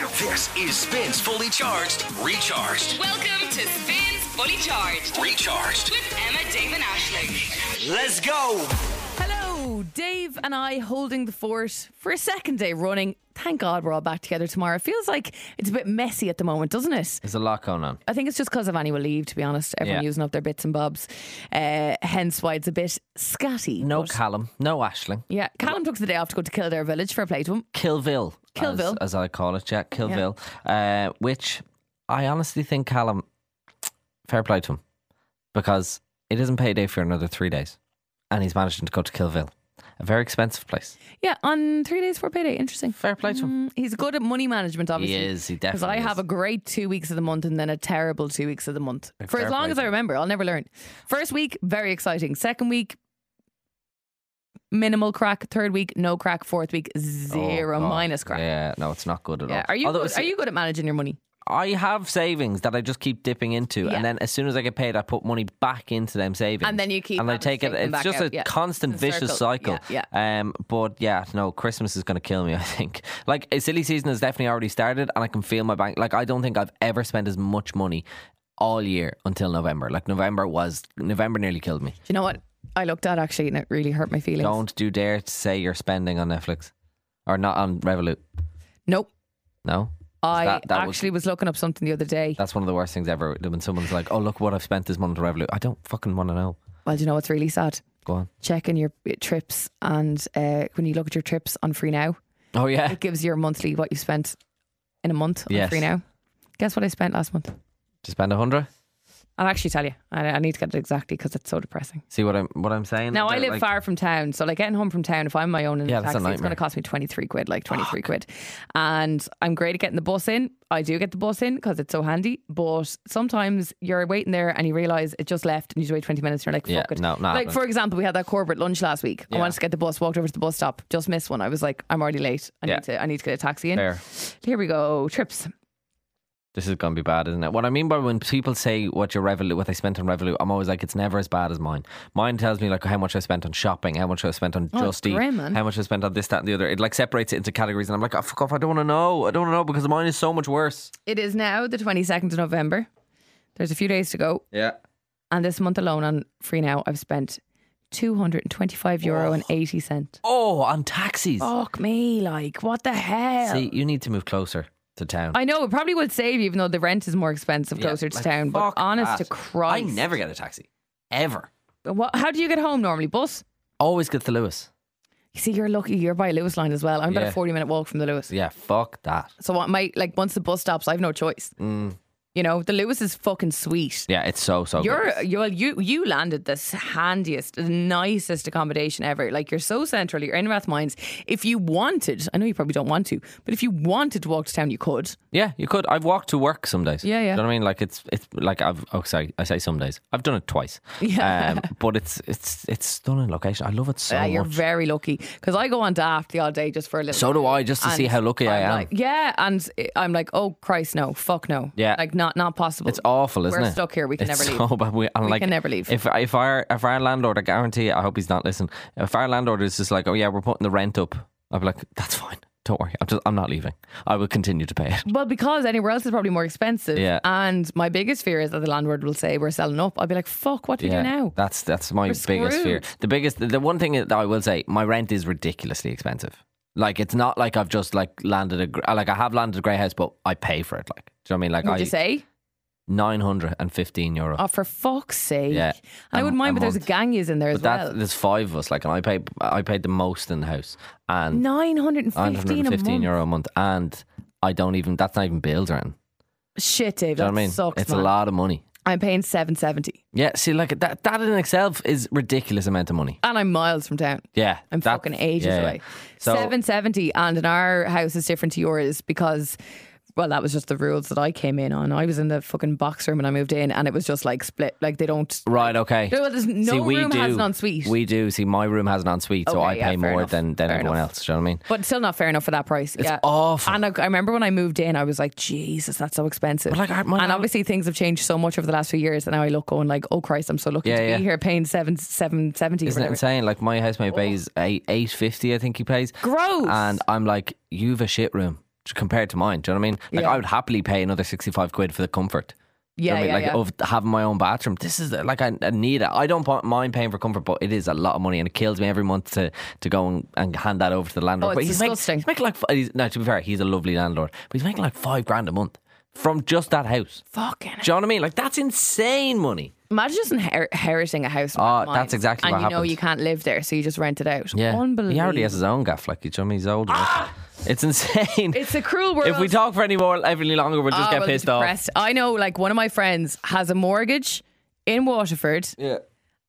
This is Spins Fully Charged, Recharged, Welcome to Spins Fully Charged Recharged. with Emma Damon Ashley. Let's go! Hello, Dave and I holding the fort for a second day running. Thank God we're all back together tomorrow. It feels like it's a bit messy at the moment, doesn't it? There's a lot going on. I think it's just because of annual leave, to be honest. Everyone Yeah. using up their bits and bobs, uh, hence why it's a bit scatty. No but- Callum, no Ashling. yeah, Callum took the day off to go to Kildare Village for a play to him. Killville. as- Killville. As, I call it, yeah. Killville. Uh, which I honestly think Callum, fair play to him, because it isn't payday for another three days. And he's managing to go to Killville, a very expensive place. Yeah, on three days for payday. Interesting. Fair play to him. Mm, He's good at money management, obviously. is, he Because I definitely have is. a great two weeks of the month and then a terrible two weeks of the month. For fair as long play as to I him. remember, I'll never learn. First week, very exciting. Second week, minimal crack. Third week, no crack. Fourth week, zero Oh, God. minus crack. Yeah, no, it's not good at Yeah. all. Are you Although good, it's- are you good at managing your money? I have savings that I just keep dipping into, Yeah. and then as soon as I get paid, I put money back into them savings, And then you keep and I having to take take it. them It's back just out, a yeah. constant It's a vicious circle, cycle. yeah, Um, but yeah, no, Christmas is going to kill me. I think like a silly season has definitely already started, and I can feel my bank. Like I don't think I've ever spent as much money all year until November. Like November was November nearly killed me. Do you know what I looked at actually, and it really hurt my feelings. Don't do dare to say you're spending on Netflix or not on Revolut. Nope. No. 'Cause I that- that was- actually was looking up something the other day. That's one of the worst things ever when someone's like, "Oh, look what I've spent this month on Revolut." I don't fucking want to know. Well, do you know what's really sad? Go on. Checking your uh, trips, and uh, when you look at your trips on Free Now, Oh yeah. it gives your monthly what you spent in a month on Yes. Free Now. Guess what I spent last month? Just spend a hundred. I'll actually tell you. I, I need to get it exactly because it's so depressing. See what I'm what I'm saying. Now I They're live like- far from town, so like getting home from town, if I'm my own in Yeah, a that's taxi, a it's going to nightmare. cost me twenty three quid, like twenty three quid. And I'm great at getting the bus in. I do get the bus in because it's so handy. But sometimes you're waiting there and you realise it just left, and you just wait twenty minutes. and You're like, fuck Yeah, it. no, not like happening. for example, we had that corporate lunch last week. I Yeah. wanted to get the bus, walked over to the bus stop, just missed one. I was like, I'm already late. I Yeah. need to. I need to get a taxi in. Fair. Here we go. Trips. This is gonna be bad, isn't it? What I mean by when people say what your Revolut, what they spent on Revolut, I'm always like, it's never as bad as mine. Mine tells me like how much I spent on shopping, how much I spent on Oh, it's Just Eat, grim, man. how much I spent on this, that, and the other. It like separates it into categories, and I'm like, oh, fuck off, I don't want to know, I don't want to know because mine is so much worse. It is now the twenty second of November. There's a few days to go. Yeah. And this month alone on Free Now, I've spent 225 euro and 80 cent. Oh, on taxis. Fuck me, like, what the hell? See, you need to move closer to town. I know it probably would save you, even though the rent is more expensive Yeah, closer to like, town. But fuck honest that. to Christ, I never get a taxi, ever. What, how do you get home normally? Bus? Always get the Lewis. You see, you're lucky. You're by Lewis line as well. I'm about Yeah. a 40 minute walk from the Lewis. Yeah, fuck that. So what my like once the bus stops, I've no choice. Mm. You know, the Lewis is fucking sweet. Yeah, it's so so. good. You're you well, you you landed this handiest, the nicest accommodation ever. Like you're so central, you're in Rathmines. If you wanted, I know you probably don't want to, but if you wanted to walk to town, you could. Yeah, you could. I've walked to work some days. Yeah, yeah. Do you know what I mean? Like it's it's like I've oh sorry, I say some days. I've done it twice. Yeah. Um, but it's it's it's stunning location. I love it so Uh, you're much. very lucky because I go on daft the odd day just for a little. so do I, just to And see how lucky I I'm am. like- yeah, and it- I'm like, oh Christ, no, fuck no, Yeah. like not not possible. it's awful, isn't We're it? stuck here. We can It's never so leave. bad. We, and We like, can never leave. If if our if our landlord, I guarantee, you, I hope he's not listening. If our landlord is just like, oh yeah, we're putting the rent up, I'd be like, that's fine. Don't worry. I'm just I'm not leaving. I will continue to pay it. Well, because anywhere else is probably more expensive. Yeah. And my biggest fear is that the landlord will say we're selling up. I'll be like, fuck, what do we do now? That's that's my We're biggest fear. screwed. The biggest the one thing that I will say, my rent is ridiculously expensive. Like it's not like I've just like landed a gr- like I have landed a grey house, but I pay for it. Like do you know what I mean? Like Would I you say? nine hundred and fifteen euro. Oh, for fuck's sake. Yeah. I A- wouldn't mind, a but there's a month. gang is in there as but that well. there's five of us. Like and I pay I paid the most in the house and 915 a 115 month. euro a month and I don't even that's not even bills or anything. Shit, Dave, Do you that know what I mean? sucks. it's man. a lot of money. I'm paying 770 Yeah, see, like that that in itself is ridiculous amount of money. and I'm miles from town. Yeah, I'm that- fucking ages yeah, yeah. away. So- 770 and in our house is different to yours because well, that was just the rules that I came in on. I was in the fucking box room when I moved in and it was just like split. Like they don't Right, okay. No, there's no room has an ensuite. We do. See, my room has an ensuite, so Okay, I yeah, pay fair more enough. than, than Fair everyone enough. else. Do you know what I mean? But still not fair enough for that price. It's awful. And I, I remember when I moved in, I was like, Jesus, that's so expensive. But, like, I- my- and obviously things have changed so much over the last few years. And now I look going like, oh Christ, I'm so lucky Yeah, to yeah. be here paying seven seven seventy. Isn't it insane? Like my housemate pays eight eight fifty, I think he pays. Gross. And I'm like, you've a shit room. compared to mine. Do you know what I mean? Like Yeah. I would happily pay another sixty five quid for the comfort. Do you Yeah, know what yeah, I mean? yeah. Like of having my own bathroom. This is like I, I need it. I don't pa- mind paying for comfort, but it is a lot of money, and it kills me every month to to go and, and hand that over to the landlord. Oh, but it's he's disgusting. Making, he's making like fi- he's, no. To be fair, he's a lovely landlord, but he's making like five grand a month from just that house. Fucking Do you know what I mean? Like that's insane money. Imagine just inher- inheriting a house. Oh, like mine, that's exactly And what you know happened. you can't live there, so you just rent it out. Unbelievable. Ah! He already has his own gaff. Like you know, what I mean? he's older. It's insane. It's a cruel world. if we talk for any more, any longer, we'll just Oh, get we'll be pissed off. depressed. I know, like, one of my friends has a mortgage in Waterford, Yeah.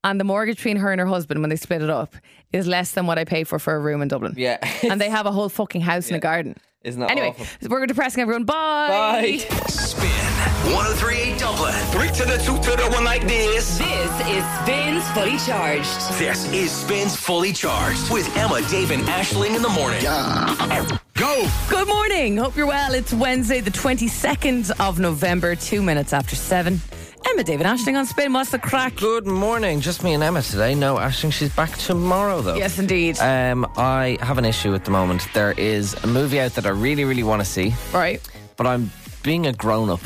and the mortgage between her and her husband, when they split it up, is less than what I pay for for a room in Dublin. Yeah. and they have a whole fucking house and a garden. Isn't that Anyway, awful? we're depressing everyone. Bye. Spin 1038 Dublin. Three to the two to the one like this. This is Spins Fully Charged. This is Spins Fully Charged with Emma, Dave, and Ashling in the morning. Go! Good morning. Hope you're well. It's Wednesday, the 22nd of November, two minutes after seven. Emma David Ashling on Spin. What's the crack? Good morning. Just me and Emma today. No, Ashton, she's back tomorrow though. Yes, indeed. Um, I have an issue at the moment. There is a movie out that I really, really want to see, right. but I'm being a grown up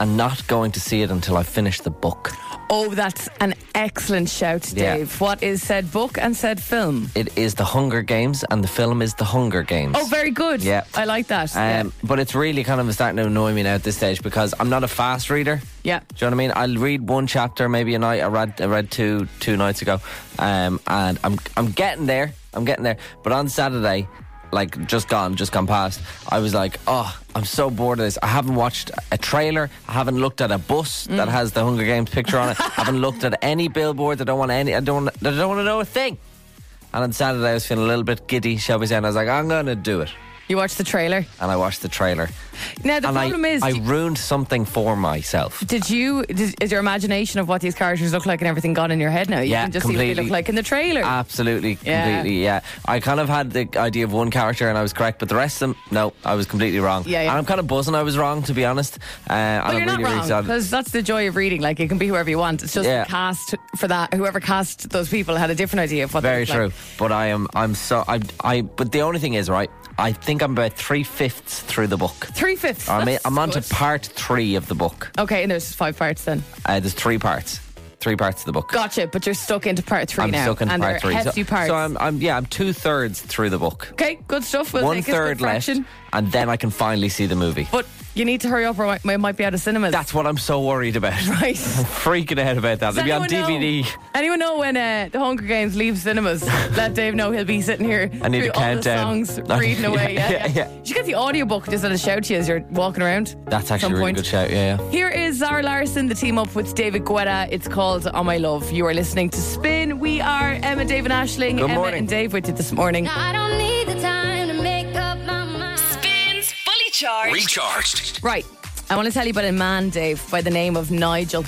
and not going to see it until I finish the book. Oh, that's an excellent shout, Yeah. Dave. What is said book and said film? It is The Hunger Games, and the film is The Hunger Games. Oh, very good. Yeah. I like that. Um, but it's really kind of starting to annoy me now at this stage because I'm not a fast reader. Yeah. Do you know what I mean? I'll read one chapter maybe a night. I read I read two two nights ago, um, and I'm I'm getting there. I'm getting there. But on Saturday, like just gone, just gone past, I was like, oh, I'm so bored of this. I haven't watched a trailer. I haven't looked at a bus that has the Hunger Games picture on it. I haven't looked at any billboards. I don't want any. I don't. I don't want to know a thing. And on Saturday, I was feeling a little bit giddy, shall we say? And I was like, I'm gonna do it. yeah. You watched the trailer. And I watched the trailer. Now the and problem I, is, I d- ruined something for myself. did you? Did, is your imagination of what these characters look like and everything gone in your head now? You Yeah, can just see what they completely. Uh, look like in the trailer. Absolutely, Yeah. completely, yeah. I kind of had the idea of one character and I was correct, but the rest of them, no, I was completely wrong. Yeah, yeah. And I'm kind of buzzing I was wrong, to be honest. Uh, and but I'm you're not really, really wrong sad. because that's the joy of reading. Like it can be whoever you want. It's just Yeah. the cast for that. Whoever cast those people had a different idea of what. Very they look true. like. But I am, I'm so, I, I, but the only thing is, right, I think I'm about three fifths through the book. Three fifths. I'm, in- I'm on to good. part three of the book. Okay, and there's five parts then. Uh, there's three parts, three parts of the book. Gotcha. But you're stuck into part 3 I'm now, stuck in and part they're three. hefty so, parts. so I'm, I'm, yeah, I'm two thirds through the book. okay, good stuff. We'll One take it. Good third left, fraction. and then I can finally see the movie. But you need to hurry up, or I might, might be out of cinemas. That's what I'm so worried about. right. I'm freaking out about that. It'll Does be on anyone DVD. Know, anyone know when uh, the Hunger Games leaves cinemas? Let Dave know he'll be sitting here. I need through a all countdown. The songs reading away. Yeah, yeah, yeah. You should get the audiobook just at a shout to you as you're walking around. That's at some actually a really point. good shout. Yeah, yeah. Here is Zara Larson, the team up with David Guetta. It's called On My Love. You are listening to Spin. We are Emma, Dave, and Ashling. Good Emma morning. and Dave with you this morning. I don't need the time to make up my mind. Spins Fully Charged. Recharged. Right. I want to tell you about a man, Dave, by the name of Nigel.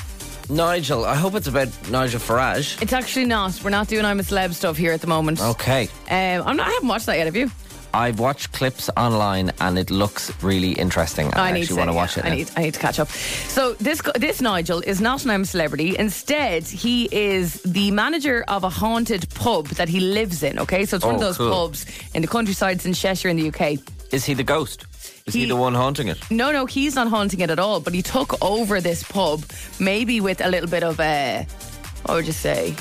Nigel. I hope it's about Nigel Farage. It's actually not. We're not doing I'm a Celeb stuff here at the moment. Okay. Um, I'm not, I haven't watched that yet, have you? I've watched clips online and it looks really interesting. and I, actually want to watch it. I now. need, I need to catch up. So this gu- this Nigel is not an I'm celebrity. Instead, he is the manager of a haunted pub that he lives in. Okay, so it's one of Oh, those cool. pubs in the countryside it's in Cheshire in the UK. Is he the ghost? Is he, He- the one haunting it? No, no, he's not haunting it at all. But he took over this pub, maybe with a little bit of a, what would you say,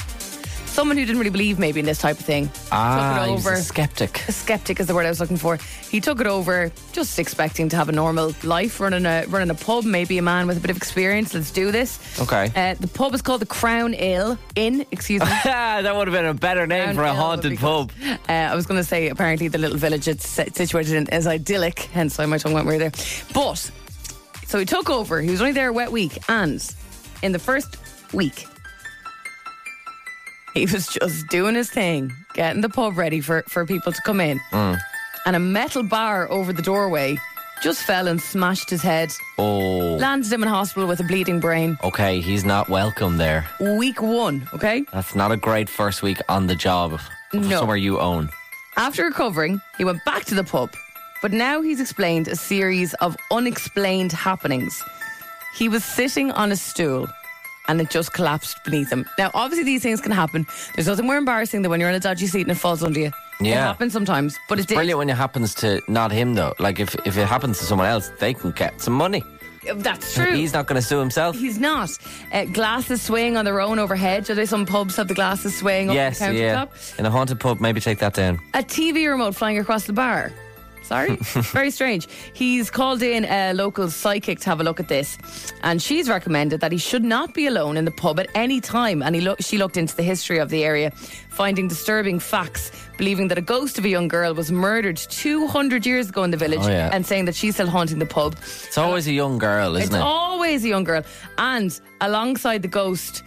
someone who didn't really believe maybe in this type of thing. Ah, took it he's over. a skeptic. A skeptic is the word I was looking for. He took it over, just expecting to have a normal life, running a running a pub. Maybe a man with a bit of experience. Let's do this. Okay. Uh, the pub is called the Crown Ill Inn. Excuse me. Ah, that would have been a better Crown name for a Hill would haunted be good. pub. Uh, I was going to say apparently the little village it's sit- situated in is idyllic, hence why my tongue went weird there. But so he took over. He was only there a wet week, and in the first week, he was just doing his thing, getting the pub ready for for people to come in, and a metal bar over the doorway. Just fell and smashed his head. Oh. Landed him in hospital with a bleeding brain. Okay, he's not welcome there. Week one, okay? That's not a great first week on the job of of No. somewhere you own. After recovering, he went back to the pub, but now he's explained a series of unexplained happenings. He was sitting on a stool and it just collapsed beneath him. Now, obviously, these things can happen. There's nothing more embarrassing than when you're on a dodgy seat and it falls under you. It Yeah. happens sometimes, but it It's did. brilliant when it happens to not him though. Like if, if it happens to someone else, they can get some money. That's true. He's not going to sue himself. He's not. Uh, glasses swaying on their own overhead. Are there some pubs have the glasses swaying up yes, the countertop? yeah. In a haunted pub, maybe take that down. a TV remote flying across the bar. Sorry, very strange. He's called in a local psychic to have a look at this, and she's recommended that he should not be alone in the pub at any time. And he look, she looked into the history of the area, finding disturbing facts, believing that a ghost of a young girl was murdered 200 years ago in the village, Oh, yeah. and saying that she's still haunting the pub. It's always a young girl, isn't It's it? always a young girl. And alongside the ghost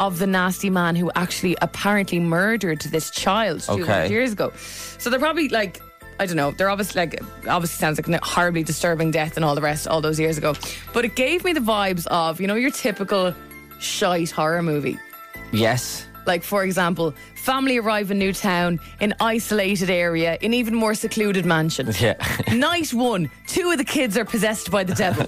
of the nasty man who actually apparently murdered this child 200 Okay. years ago. So they're probably like, I don't know, they're obviously like, obviously sounds like a horribly disturbing death and all the rest all those years ago. But it gave me the vibes of, you know, your typical shite horror movie. yes. Like, for example, family arrive in new town, in isolated area, in even more secluded mansion. Yeah. Night one, two of the kids are possessed by the devil.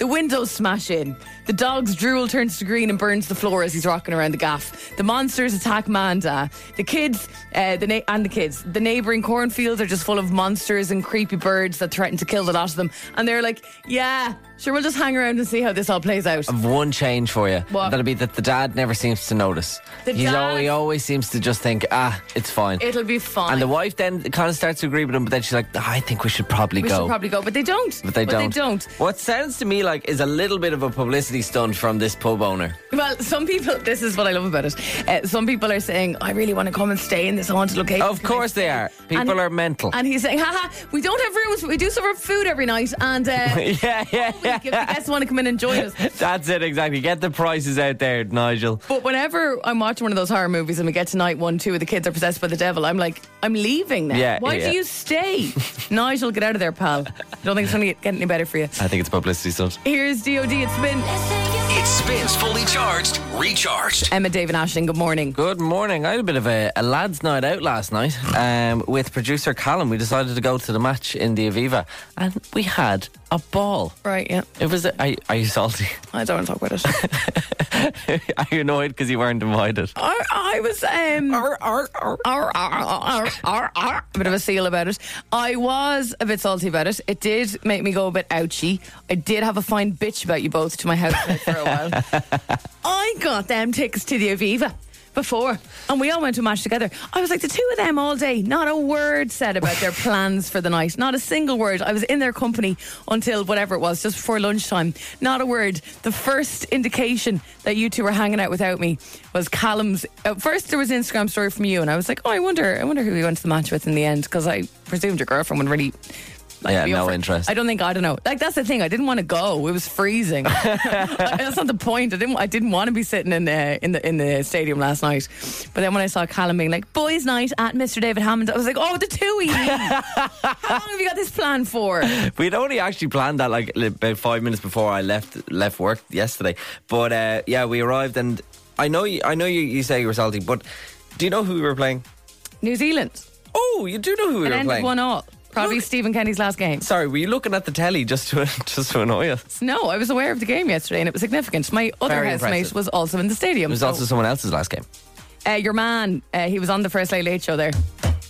The windows smash in. The dog's drool turns to green and burns the floor as he's rocking around the gaff. The monsters attack Manda. The kids, uh, the na- and the kids, the neighbouring cornfields are just full of monsters and creepy birds that threaten to kill the lot of them. And they're like, "Yeah, sure, we'll just hang around and see how this all plays out." One change for you. What? That'll be that the dad never seems to notice. The He's dad- al- he always seems to just think, ah, it's fine. It'll be fine. and the wife then kind of starts to agree with him, but then she's like, "Ah, I think we should probably we go. should probably go, but they don't. But they don't. They don't. What sounds to me like is a little bit of a publicity stunt from this pub owner. Well, some people, this is what I love about it. Uh, some people are saying, I really want to come and stay in this haunted location. Of Can I course they stay?" are. People And- are mental. And he's saying, haha, we don't have rooms, but we do serve food every night. And uh, week, yeah, yeah, if the guests want to come in and join us. That's it, exactly. Get the prices out there, Nigel. But whenever I'm watching one of those horror movies and we get to night one, two of the kids are possessed by the devil, I'm like, I'm leaving now. Yeah, Why yeah. do you stay? Nigel, get out of there, pal. I don't think it's going to get any better for you. I think it's publicity stunt. Here's DOD, it's been It spins fully charged, recharged. Emma, Dave, and Ashling. Good morning. Good morning. I had a bit of a, a lads' night out last night um, with producer Callum. We decided to go to the match in the Aviva, and we had a ball. Right, yeah. It was. A, are, are you salty? I don't want to talk about it. are you annoyed because you weren't invited? I, I was um Arr, arr, arr, arr, arr. A bit of a seal about it. I was a bit salty about it. It did make me go a bit ouchy. I did have a fine bitch about you both to my house for a while. I got them tickets to the Aviva before, and we all went to a match together. I was like the two of them all day. Not a word said about their plans for the night. Not a single word. I was in their company until whatever it was, just before lunchtime. Not a word. The first indication that you two were hanging out without me was Callum's. At first, there was an Instagram story from you, and I was like, oh, I wonder, I wonder who he went to the match with in the end, because I presumed your girlfriend would really. Like, Yeah, be up no for it. interest. I don't think I don't know. Like that's the thing. I didn't want to go. It was freezing. that's not the point. I didn't. I didn't want to be sitting in the in the in the stadium last night. But then when I saw Callum being like boys' night at Mr. David Hammond, I was like, oh, the two of you. How long have you got this plan for? We'd only actually planned that like li- about five minutes before I left left work yesterday. But uh, yeah, we arrived, and I know you, I know you, you say you were salty, but do you know who we were playing? New Zealand. Oh, you do know who we It were ended playing. one all. Probably Look- Stephen Kenny's last game. Sorry, were you looking at the telly just to just to annoy us? No, I was aware of the game yesterday, and it was significant. My other Very housemate impressive. was also in the stadium. It was so- also someone else's last game. uh, your man. Uh, he was on the first Late Late Show there.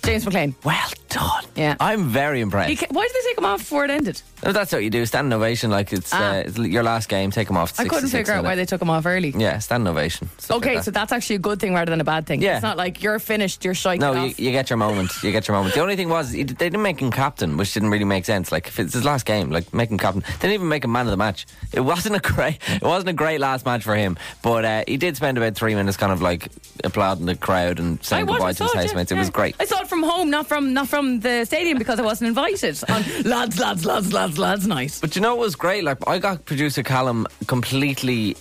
James McLean. Well done. Yeah. I'm very impressed. He ca- Why did they take him off before it ended? No, that's what you do. Stand ovation, like it's, Ah. uh, it's your last game. Take them off. I couldn't figure out why they took him off early. Yeah, stand ovation. stuff Okay, like so that. that's actually a good thing rather than a bad thing. Yeah. It's not like you're finished, you're shite. No, get you, off. you get your moment. You get your moment. The only thing was he- they didn't make him captain, which didn't really make sense. Like if it's his last game, like make him captain. They didn't even make him man of the match. It wasn't a great. It wasn't a great last match for him. But uh, he did spend about three minutes, kind of like applauding the crowd and saying was, goodbye to his saw it, housemates. It yeah. was great. I saw it from home, not from not from the stadium because I wasn't invited on lads, lads, lads, lads, lads night. But you know what was great? Like I got producer Callum completely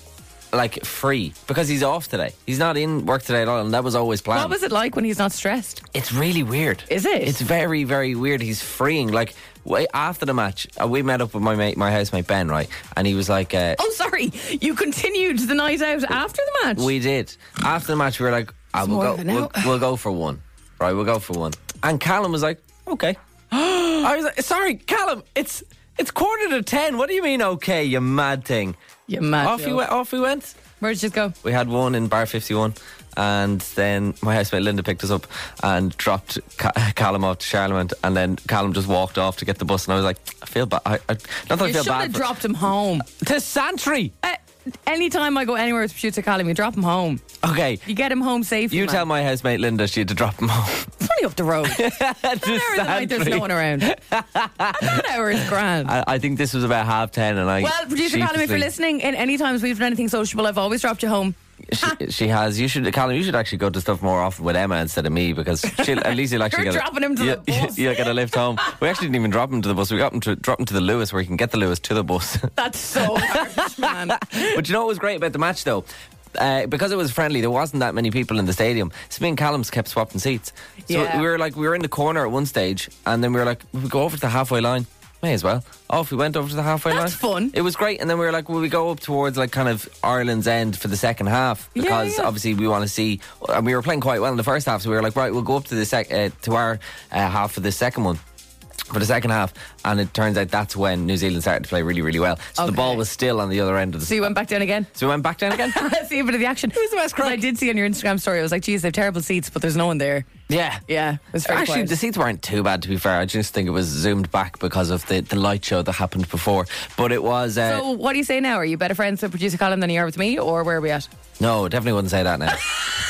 like free because he's off today. He's not in work today at all, and that was always planned. What was it like when he's not stressed? It's really weird. Is it? It's very, very weird. He's freeing. Like way after the match, uh, we met up with my mate, my housemate Ben, right? And he was like, uh, Oh, sorry, you continued the night out after the match. "We did." After the match, we were like, ah, "We'll more go. of an We'll, out. we'll go for one, right? We'll go for one." And Callum was like, "Okay." I was like, "Sorry, Callum. It's it's quarter to ten. What do you mean, okay? You mad thing." you mad. Off we joke. went. Off we went. Where did you go? We had one in bar fifty one. And then my housemate Linda picked us up and dropped Ca- Callum off to Charlemont. And then Callum just walked off to get the bus. And I was like, I feel bad. I, I, not that I You feel should bad. have for- dropped him home. to Santry. Uh, anytime I go anywhere with Prosciutto Callum, you drop him home. Okay. You get him home safely. You man. tell my housemate Linda she had to drop him home. It's only up the road. An to hour of the night, there's no Santry. one around. An hour is grand. I, I think this was about half ten, and I. well, producer Callum, if you're sheepishly- listening, in any times we've done anything sociable, I've always dropped you home. She, she has. You should, Callum. You should actually go to stuff more often with Emma instead of me because she'll, at least you'll actually You're get dropping him to you, the bus. You'll get a lift home. We actually didn't even drop him to the bus. We got him to drop him to the Lewis where he can get the Lewis to the bus. That's so harsh, man. but you know what was great about the match though. Uh, because it was friendly, there wasn't that many people in the stadium. So me and Callum's kept swapping seats. So Yeah. we were like, we were in the corner at one stage, and then we were like, we go over to the halfway line. May as well. Off we went over to the halfway That's line. fun. It was great, and then we were like, will we go up towards like kind of Ireland's end for the second half Yeah, because yeah. obviously we want to see. And we were playing quite well in the first half, so we were like, right, we'll go up to the sec- uh, to our uh, half for the second one for the second half, and it turns out that's when New Zealand started to play really, really well. So the Okay. ball was still on the other end of the. So you went back down again. So we went back down again. Let's see a bit of the action. Who's the best I did see on your Instagram story. I was like, geez, they've terrible seats, but there's no one there. yeah, Yeah, it was very Actually, quiet. the seats weren't too bad. To be fair, I just think it was zoomed back because of the, the light show that happened before. But it was uh, So what do you say now? Are you better friends with producer Colin than you are with me, or where are we at? no, definitely wouldn't say that now.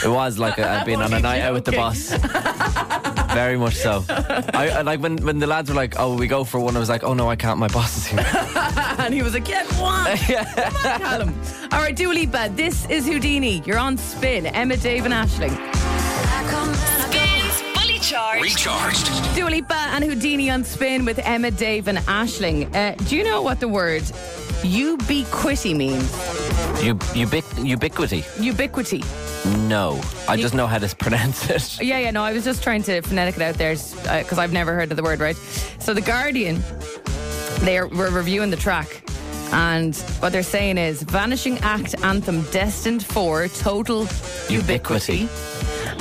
it was like i I'd been on a only night out with the joking. boss. Very much so. I, I like when when the lads were like, "Oh, we go for one." I was like, "Oh no, I can't. My boss is here." And he was like, get one. Come on, Callum. All right, Dua Lipa, this is Houdini. You're on spin. Emma, Dave and Ashling. Spins Fully Charged. Recharged. Dua Lipa and Houdini on spin with Emma, Dave and Ashling. Uh, do you know what the word ubiquity means? U- ubiqu- ubiquity. Ubiquity. No, I just know how to pronounce it. Yeah, yeah, no, I was just trying to phonetic it out there because I've never heard of the word, right? So, The Guardian, they are, were reviewing the track, and what they're saying is Vanishing Act Anthem destined for total ubiquity. Ubiquity.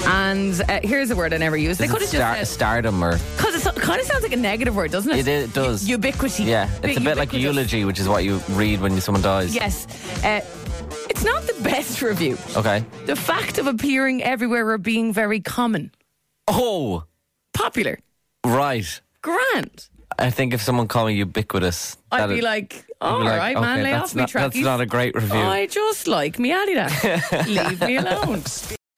And uh, here's a word I never use. They Is could it have star- just said. stardom or Because it kind of sounds like a negative word, doesn't it? It is- it does. U- ubiquity. yeah, it's a bit like Ubiquitous. eulogy, which is what you read when someone dies. Yes. Uh, it's not the best review. Okay. The fact of appearing everywhere or being very common, Oh, popular, right. grand. I think if someone called me ubiquitous, I'd that'd- be like, all I'd right, be like, man, okay, lay that's off me not- trackies. That's not a great review. I just like me Adidas. Leave me alone.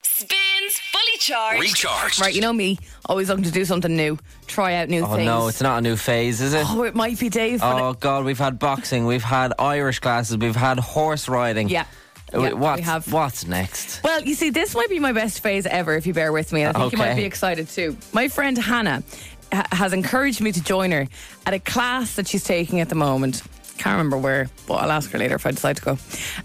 Spins Fully Charged. Recharged. Right, you know me, always looking to do something new, try out new oh things. no, it's not a new phase, is it? Oh, Oh, it might be Dave. but I- God, we've had boxing, we've had Irish classes, we've had horse riding. Yeah. W- Yeah, we what's, have. what's next? Well, you see, this might be my best phase ever if you bear with me. And I think you might Okay. be excited too. My friend Hannah ha- has encouraged me to join her at a class that she's taking at the moment. Can't remember where, but I'll ask her later if I decide to go.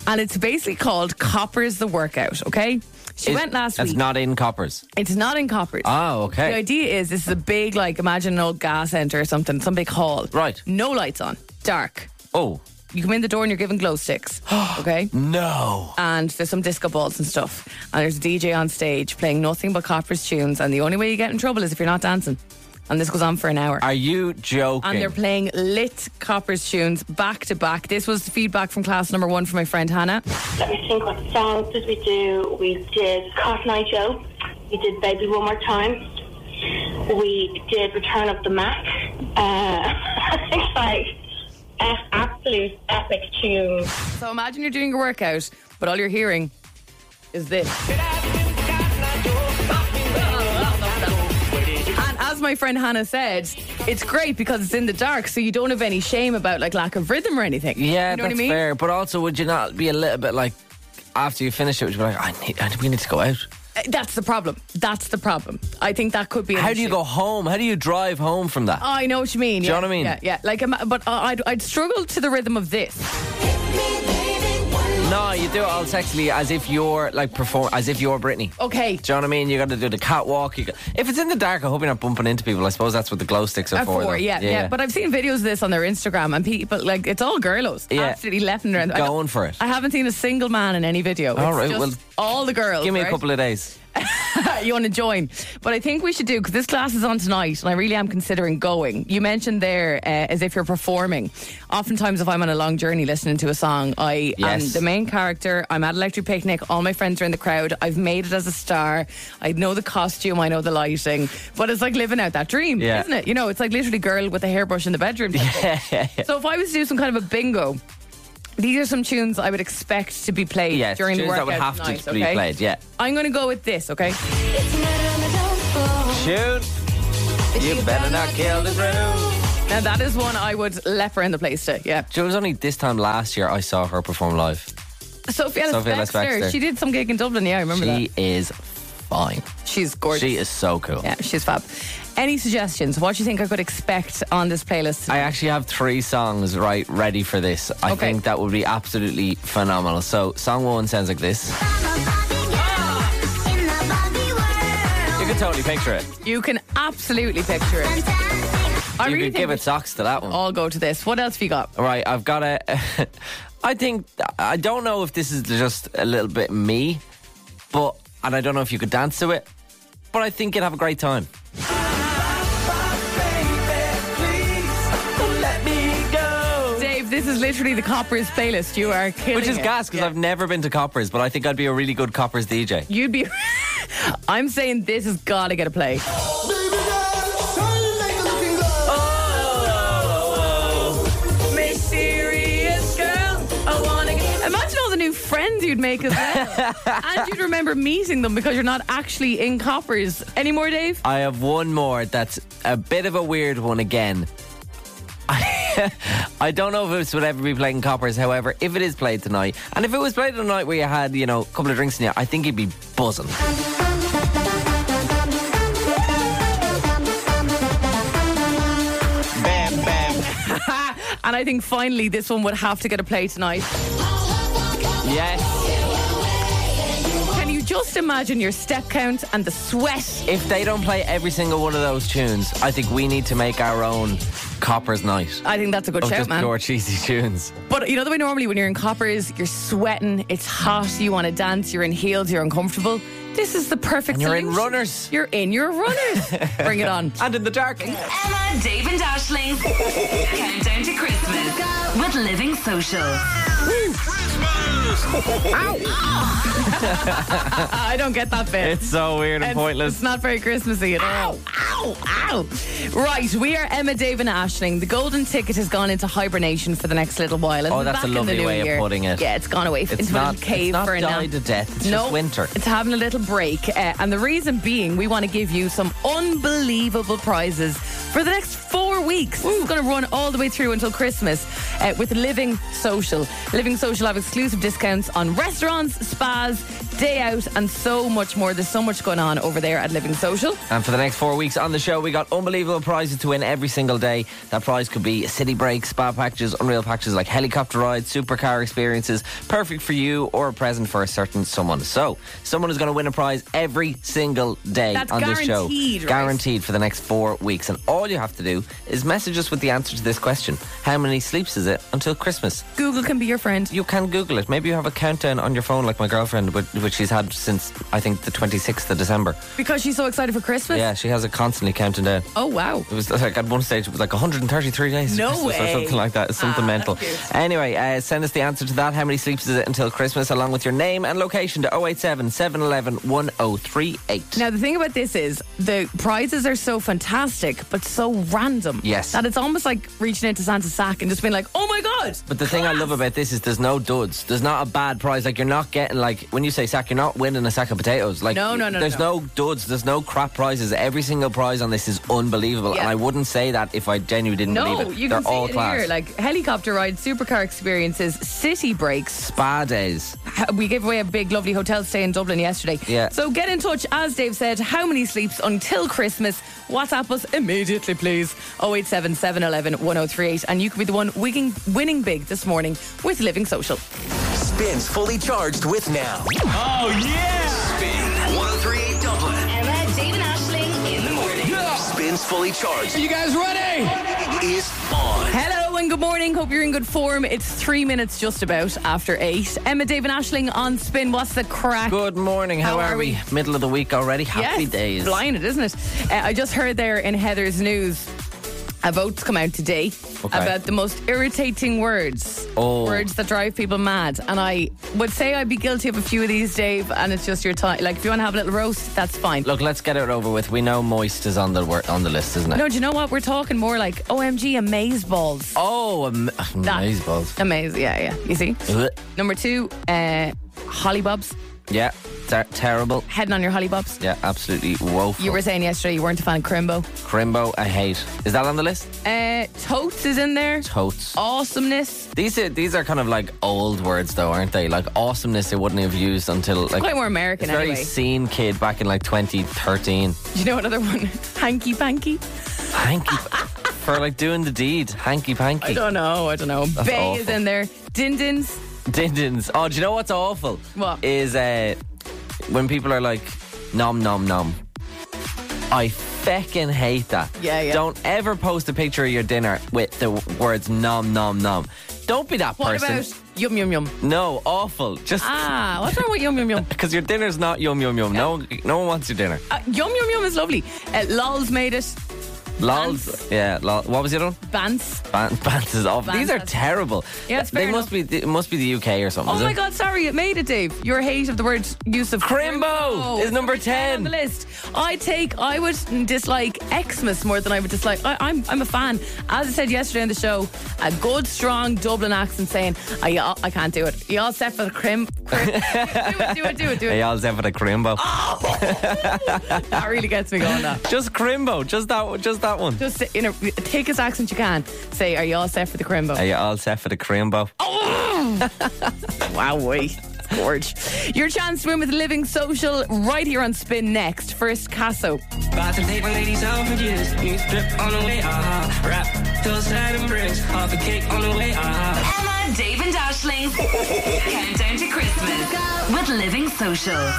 And it's basically called Coppers the Workout, okay? She Is- went last That's week. not in coppers. it's not in Coppers. Oh, okay. The idea is this is a big, like, imagine an old gas centre or something, some big hall. Right. No lights on, dark. oh, You come in the door and you're given glow sticks, okay? no. And there's some disco balls and stuff. And there's a DJ on stage playing nothing but Copper's tunes. And the only way you get in trouble is if you're not dancing. And this goes on for an hour. Are you joking? And they're playing lit Copper's tunes back to back. This was the feedback from class number one from my friend Hannah. Let me think what songs did we do. We did Cotton Eye Joe. We did Baby One More Time. We did Return of the Mac. Uh, it's like an absolute epic tune. So imagine you're doing your workout, but all you're hearing is this. And as my friend Hannah said, it's great because it's in the dark, so you don't have any shame about like lack of rhythm or anything. Yeah, you know that's what I mean. fair. But also, would you not be a little bit like after you finish it, would you be like, I need, I, we need to go out? Uh, That's the problem. That's the problem. I think that could be. An How do you issue. go home? How do you drive home from that? I know what you mean. Do you know what I mean? Yeah, yeah. Like, ima- but I- I'd, I'd struggle to the rhythm of this. no, you do it all sexily as if you're like perform, as if you're Britney. Okay. Do you know what I mean? You got to do the catwalk. You got, if it's in the dark, I hope you're not bumping into people. I suppose that's what the glow sticks are Uh, for. four, though. yeah, yeah, But I've seen videos of this on their Instagram, and people like it's all girlos, Yeah. absolutely left and right. Going for it. I haven't seen a single man in any video. All It's right, just well, all the girls. Give me right? a couple of days. you want to join. But I think we should do because this class is on tonight, and I really am considering going. You mentioned there uh, as if you're performing. Oftentimes, if I'm on a long journey listening to a song, I am Yes. the main character. I'm at Electric Picnic. All my friends are in the crowd. I've made it as a star. I know the costume. I know the lighting. But it's like living out that dream, Yeah. isn't it? You know, it's like literally girl with a hairbrush in the bedroom. type thing. So if I was to do some kind of a bingo. These are some tunes I would expect to be played Yes, during the tunes that workout would have to tonight, be okay? played, yeah. I'm going to go with this, okay? Shoot. You better not kill the groom. Now that is one I would leper in the place to. Yeah. It was only this time last year I saw her perform live. Sophia Sophia Baxter. Ellis Bextor. She did some gig in Dublin. Yeah, I remember She is fine. that. She's gorgeous. She is so cool. Yeah, she's fab. Any suggestions? What do you think I could expect on this playlist? I actually have three songs right ready for this. I Okay. think that would be absolutely phenomenal. So, song one sounds like this. You can totally picture it. you can absolutely picture it. I you really could think Oh. give we it socks to that one. should all go to this. What else have you got? Right, I've got a. I think I don't know if this is just a little bit me, but and I don't know if you could dance to it, but I think you'd have a great time. Dave, this is literally the Coppers playlist. You are killing Which is it. gas because I've never been to Coppers, but I think I'd be a really good Coppers DJ. You'd be. I'm saying this has got to get a play. Oh, Mysterious girl, I wanna get- Imagine all the new friends you'd make as well. and you'd remember meeting them because you're not actually in coppers anymore, Dave. I have one more that's a bit of a weird one again. I don't know if this would ever be played in Coppers, however, if it is played tonight, and if it was played on a night where you had, you know, a couple of drinks in you, I think you'd be buzzing. And I think finally this one would have to get a play tonight. Yes. Can you just imagine your step count and the sweat? If they don't play every single one of those tunes, I think we need to make our own Coppers Night. I think that's a good Of shout, just man. pure cheesy tunes. But you know the way normally when you're in coppers, you're sweating, it's hot, you want to dance, you're in heels, you're uncomfortable. This is the perfect. And you're in solution. runners. You're in your runners. Bring it on. And in the dark. Emma, Dave, and Ashling's Countdown to Christmas with Living Social. I don't get that bit. It's so weird and It's- It's pointless. not very Christmassy at all. Ow, ow, ow. Right, we are Emma, Dave, and Ashling. The golden ticket has gone into hibernation for the next little while. and Oh, we're that's back a in the lovely new way of year. putting it. Yeah, it's gone away It's into a not, little cave it's not for a nap. died to death. It's no, just winter. It's having a little break. Uh, and the reason being, we want to give you some unbelievable prizes for the next four weeks. This is going to run all the way through until Christmas uh, with Living Social. Living Social have exclusive discounts on restaurants, spas, day out, and so much more. There's so much going on over there at Living Social. And for the next four weeks on the show, we got unbelievable prizes to win every single day. That prize could be city breaks, spa packages, unreal packages like helicopter rides, supercar experiences, perfect for you or a present for a certain someone. So, someone is going to win a prize every single day That's on this show. guaranteed, right? Guaranteed for the next four weeks. And all you have to do is message us with the answer to this question How many sleeps is it until Christmas? Google can be your friend. You can Google it. Maybe you have a countdown on your phone like my girlfriend, which which she's had since, I think, the 26th of December. Because she's so excited for Christmas? Yeah, she has it constantly counting down. Oh, wow. It was like at one stage it was like 133 days, to No Christmas way. Ah, or something like that. It's something mental. Anyway, uh, send us the answer to that. How many sleeps is it until Christmas? Along with your name and location to 087 711 1038. Now, the thing about this is the prizes are so fantastic, but so random. Yes. That it's almost like reaching into Santa's sack and just being like, oh my God. But the thing I love about this is there's no duds. There's not a bad prize. Like you're not getting like when you say sack, you're not winning a sack of potatoes. Like No, no, no, There's no. no. duds. There's no crap prizes. Every single prize on this is unbelievable, Yeah. and I wouldn't say that if I genuinely didn't No, believe it. you They're can all see it class. here. Like helicopter rides, supercar experiences, city breaks. Spa days. We gave away a big, lovely hotel stay in Dublin yesterday. Yeah. So get in touch, as Dave said, how many sleeps until Christmas? WhatsApp us immediately, please. 087 711 1038. And you could be the one winning, winning big this morning with Living Social. Spins fully charged with now. Oh, yeah! Spin 1038 Dublin. Emma, Dave, and Ashling in the morning. Spins fully charged You guys ready? is on. Hello and good morning. Hope you're in good form. It's three minutes just about after eight. Emma, David, Ashling on spin. What's the crack? Good morning. How, are, we? Middle of the week already. Happy yes, days. Blinded, isn't it? Uh, I just heard there in Heather's news. A vote's come out today Okay. about the most irritating words, Oh. words that drive people mad. And I would say I'd be guilty of a few of these, Dave. And it's just your time. Like if you want to have a little roast, that's fine. Look, let's get it over with. We know moist is on the wor- on the list, isn't it? No, do you know what? We're talking more like OMG, amaze balls. Oh, am- amaze balls. Amaze, yeah, yeah. You see? Ugh. Number two, uh, hollybobs. Yeah, ter- terrible. Heading on your hollybobs. Yeah, absolutely woeful. You were saying yesterday you weren't a fan of Crimbo. Crimbo, I hate. Is that on the list? Uh, totes is in there. Totes. Oh. Awesomeness. These are these are kind of like old words though, aren't they? Like awesomeness they wouldn't have used until like Quite more American it's very anyway. seen kid back in like 2013. Do you know another one? Hanky panky. Hanky for like doing the deed. Hanky I panky. don't know. I don't know. That's Bay awful. is in there. Dindins. Dindins. Oh, do you know what's awful? What? Is uh, when people are like, nom, nom, nom. I feckin' hate that. Yeah, yeah. Don't ever post a picture of your dinner with the w- words nom, nom, nom. Don't be that What person. about yum yum yum? No, awful. Just Ah, what's wrong with yum yum yum? because your dinner's not yum, yum, yum. No, no one wants your dinner. Uh, yum yum yum is lovely. Uh, Lol's made it. Lols. Yeah, lol. What was the other one? Bance. Ban- Bants is awful. These are Bants. terrible. Yeah, it's They fair must be, it must be the UK or something. Oh is my it? God! Sorry, it made it, Dave. Your hate of the word use of Crimbo is number on 10. the list. I take. I would dislike Xmas more than I would dislike. I, I'm I'm a fan. As I said yesterday on the show, a good strong Dublin accent saying, "I I can't do it." You all set for the crim? crim. do it! Do it! Do it! Do They it! all have a crimbo. That really gets me going. That. Just crimbo. Just that. Just that one. Just in a thickest accent you can say, "Are you all set for the crimbo?" Are you all set for the crimbo? Wow, wait. Gorge. Your chance to win with Living Social right here on Spin next. First, Casso. Bought some paper lady sandwiches. New strip on the way, uh-huh. Rap till sad and bricks. Half a cake on the way, uh-huh. Emma, Dave, and Ashling's Countdown to Christmas with Living Social.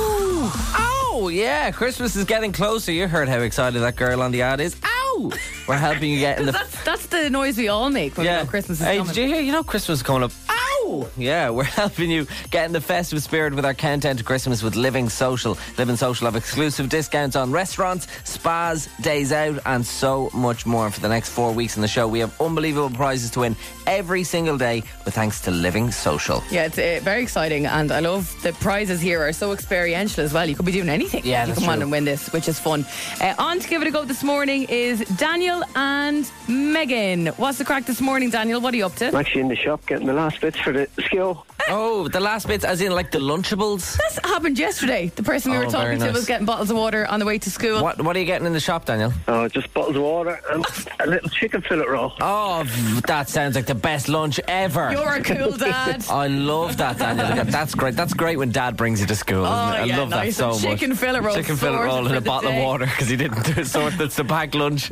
Oh yeah, Christmas is getting closer. You heard how excited that girl on the ad is. Ow! We're helping you get in the. That's, that's the noise we all make when we know Christmas is hey, coming. did you hear? You know Christmas is coming up. Ow! Yeah, we're helping you get in the festive spirit with our countdown to Christmas with Living Social. Living Social have exclusive discounts on restaurants, spas, days out, and so much more. For the next four weeks in the show, we have unbelievable prizes to win every single day. With thanks to Living Social. yeah, it's uh, very exciting, and I love the prizes here are so experiential as well. You could be doing anything. Yeah, you that's come on true. and win this, which is fun. Uh, on to give it a go this morning is Daniel and Megan. What's the crack this morning, Daniel? What are you up to? I'm actually in the shop getting the last bits for the skill. Oh, the last bits, as in like the Lunchables. This happened yesterday. The person we Oh, were very talking to nice. was getting bottles of water on the way to school. What What are you getting in the shop, Daniel? Oh, just bottles of water and a little chicken fillet roll. Oh, v- that sounds like the best lunch ever. You're a cool dad. I love that, Daniel. Look, That's great. That's great when Dad brings you to school. isn't it? Oh, I Oh, yeah, love nice. that so Chicken much. fillet roll Chicken fillet sorted roll and for a the bottle day. of water because he didn't do sort that's the packed lunch.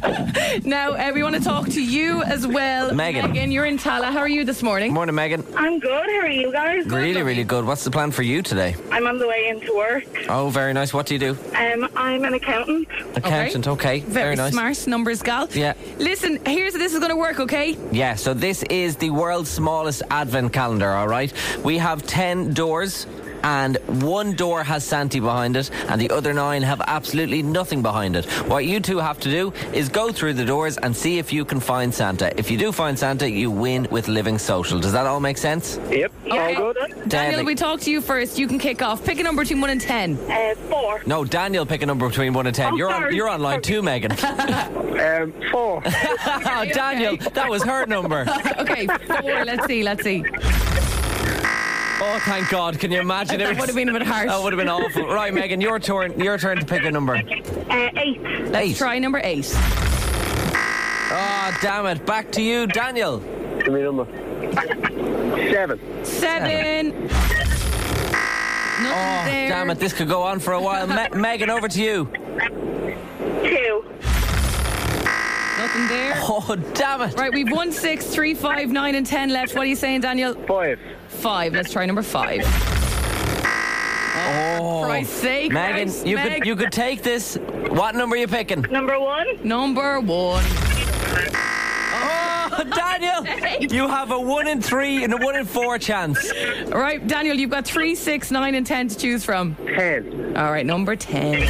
Now, uh, we want to talk to you as well. Megan. Megan, you're in Tala. How are you this morning? Morning, Megan. I'm good. How are you guys? Really, really good. What's the plan for you today? I'm on the way into work. Oh, very nice. What do you do? Um, I'm an accountant. Accountant. Okay. Very, nice. smart numbers gal. Yeah. Listen, here's how this is going to work, okay? Yeah, so this is the world's smallest advent calendar, all right? We have 10 doors. And one door has Santi behind it, and the other nine have absolutely nothing behind it. What you two have to do is go through the doors and see if you can find Santa. If you do find Santa, you win with Living Social. Does that all make sense? Yep, all good. Daniel, Deadly. we talk to you first. You can kick off. Pick a number between 1 and 10. Uh, four. no, Daniel, pick a number between one and ten. Oh, you're on. sorry. You're on line two, Megan. Um, four. oh, Daniel, that was her number. Okay, four. let's see, let's see. Oh, thank God! Can you imagine? That it? would have been a bit harsh. That would have been awful. Right, Megan, your turn. Your turn to pick a number. Uh, eight. Eight. Try number 8. Oh, damn it. Back to you, Daniel. Give me a number. Seven. 7. Oh, damn it. This could go on for a while. Me- Megan, over to you. Two. Nothing there. Oh, damn it. Right, we've one, six, three, five, nine, and 10 left. What are you saying, Daniel? Five. Five. Let's try number 5. Oh, Oh, Christ's sake, Megan, Christ, you Meg. could you could take this. What number are you picking? Number one. Number one. Oh, Daniel, you have a one in three and a one in four chance. All right, Daniel, you've got three, six, nine, and ten to choose from. Ten. All right, number ten.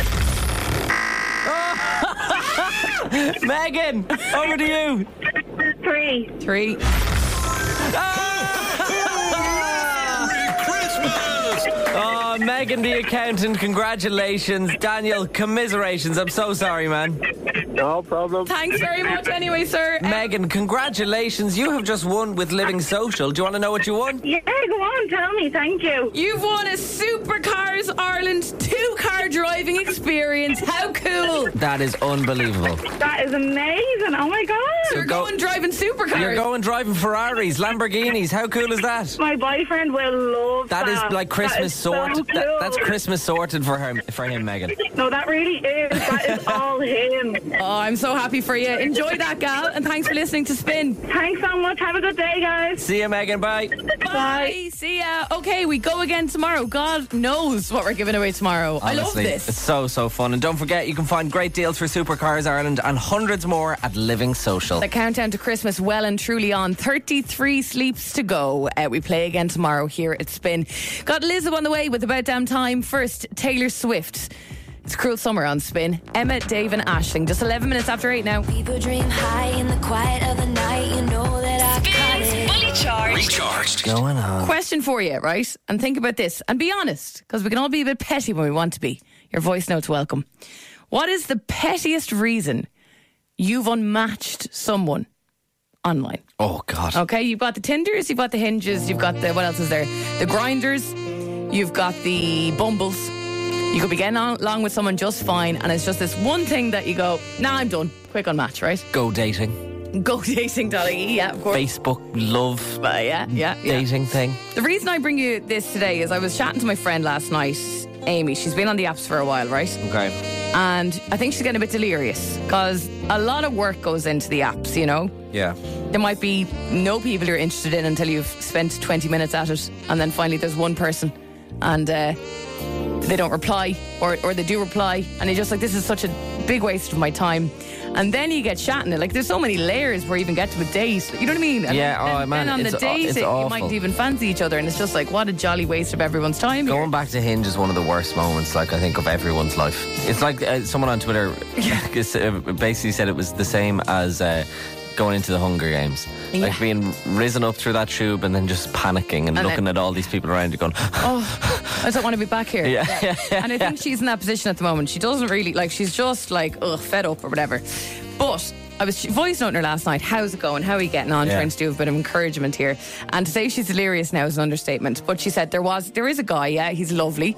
Megan, over to you. Three. Three. Oh, Megan, the accountant, congratulations. Daniel, commiserations. I'm so sorry, man. No problem. Thanks very much anyway, sir. Uh, Megan, congratulations. You have just won with Living Social. Do you want to know what you won? Yeah, go on, tell me, thank you. You've won a Supercars Ireland two-car driving experience. How cool! That is unbelievable. That is amazing. Oh my god. You're Go- going driving supercars. You're going driving Ferraris, Lamborghinis. How cool is that? My boyfriend will love that. That is like Christmas That is so sorted. cool. That- that's Christmas sorted for him, for him, Megan. No, that really is. That is all him. Oh, I'm so happy for you. Enjoy that, gal, and thanks for listening to Spin. Thanks so much. Have a good day, guys. See you, Megan. Bye. Bye. See ya. Okay, we go again tomorrow. God knows what we're giving away tomorrow. I love Honestly, It's this. so, so fun. And don't forget, you can find great deals for Supercars Ireland and hundreds more at Living Social. The countdown to Christmas well and truly on. 33 sleeps to go. Uh, we play again tomorrow here at Spin. Got Liz on the way with About Damn Time. First, Taylor Swift. It's Cruel Summer on Spin. Emma, Dave and Ashling. Just 11 minutes after 8 now. People dream high in the quiet of the night. You know that I caught Spins it. Fully Charged. Recharged. Going on. Question for you, right? And think about this and be honest, because we can all be a bit petty when we want to be. Your voice notes welcome. What is the pettiest reason you've unmatched someone online? Oh, God. Okay, you've got the Tinders, you've got the Hinges, you've got the, what else is there? The Grinders, you've got the Bumbles. You could be getting on, along with someone just fine, and it's just this one thing that you go, nah, I'm done. Quick unmatch, right? Go dating. Go dating, Dolly. Yeah, of course. Facebook love But yeah, yeah, yeah. dating thing. The reason I bring you this today is I was chatting to my friend last night, Amy. She's been on the apps for a while, right? Okay. And I think she's getting a bit delirious because a lot of work goes into the apps, you know? Yeah. There might be no people you're interested in until you've spent 20 minutes at it. And then finally there's one person and uh, they don't reply or, or they do reply. And you're just like, this is such a big waste of my time. And then you get chatting it. Like there's so many layers where you even get to a date. You know what I mean? And Yeah, then, oh, man, then on the it's aw- date, it's it- you awful. might even fancy each other. And it's just like, what a jolly waste of everyone's time. here. Going back to Hinge is one of the worst moments, like I think, of everyone's life. It's like uh, someone on Twitter uh, basically said it was the same as uh, going into the Hunger Games, like Yeah. being risen up through that tube and then just panicking and, then- looking at all these people around you, going, oh, I don't want to be back here. Yeah. and I think she's in that position at the moment. She doesn't really like. She's just like ugh, fed up or whatever. But I was voice noting her last night. How's it going? How are you getting on? Yeah. Trying to do a bit of encouragement here. And to say she's delirious now is an understatement. But she said there was there is a guy. Yeah, he's lovely.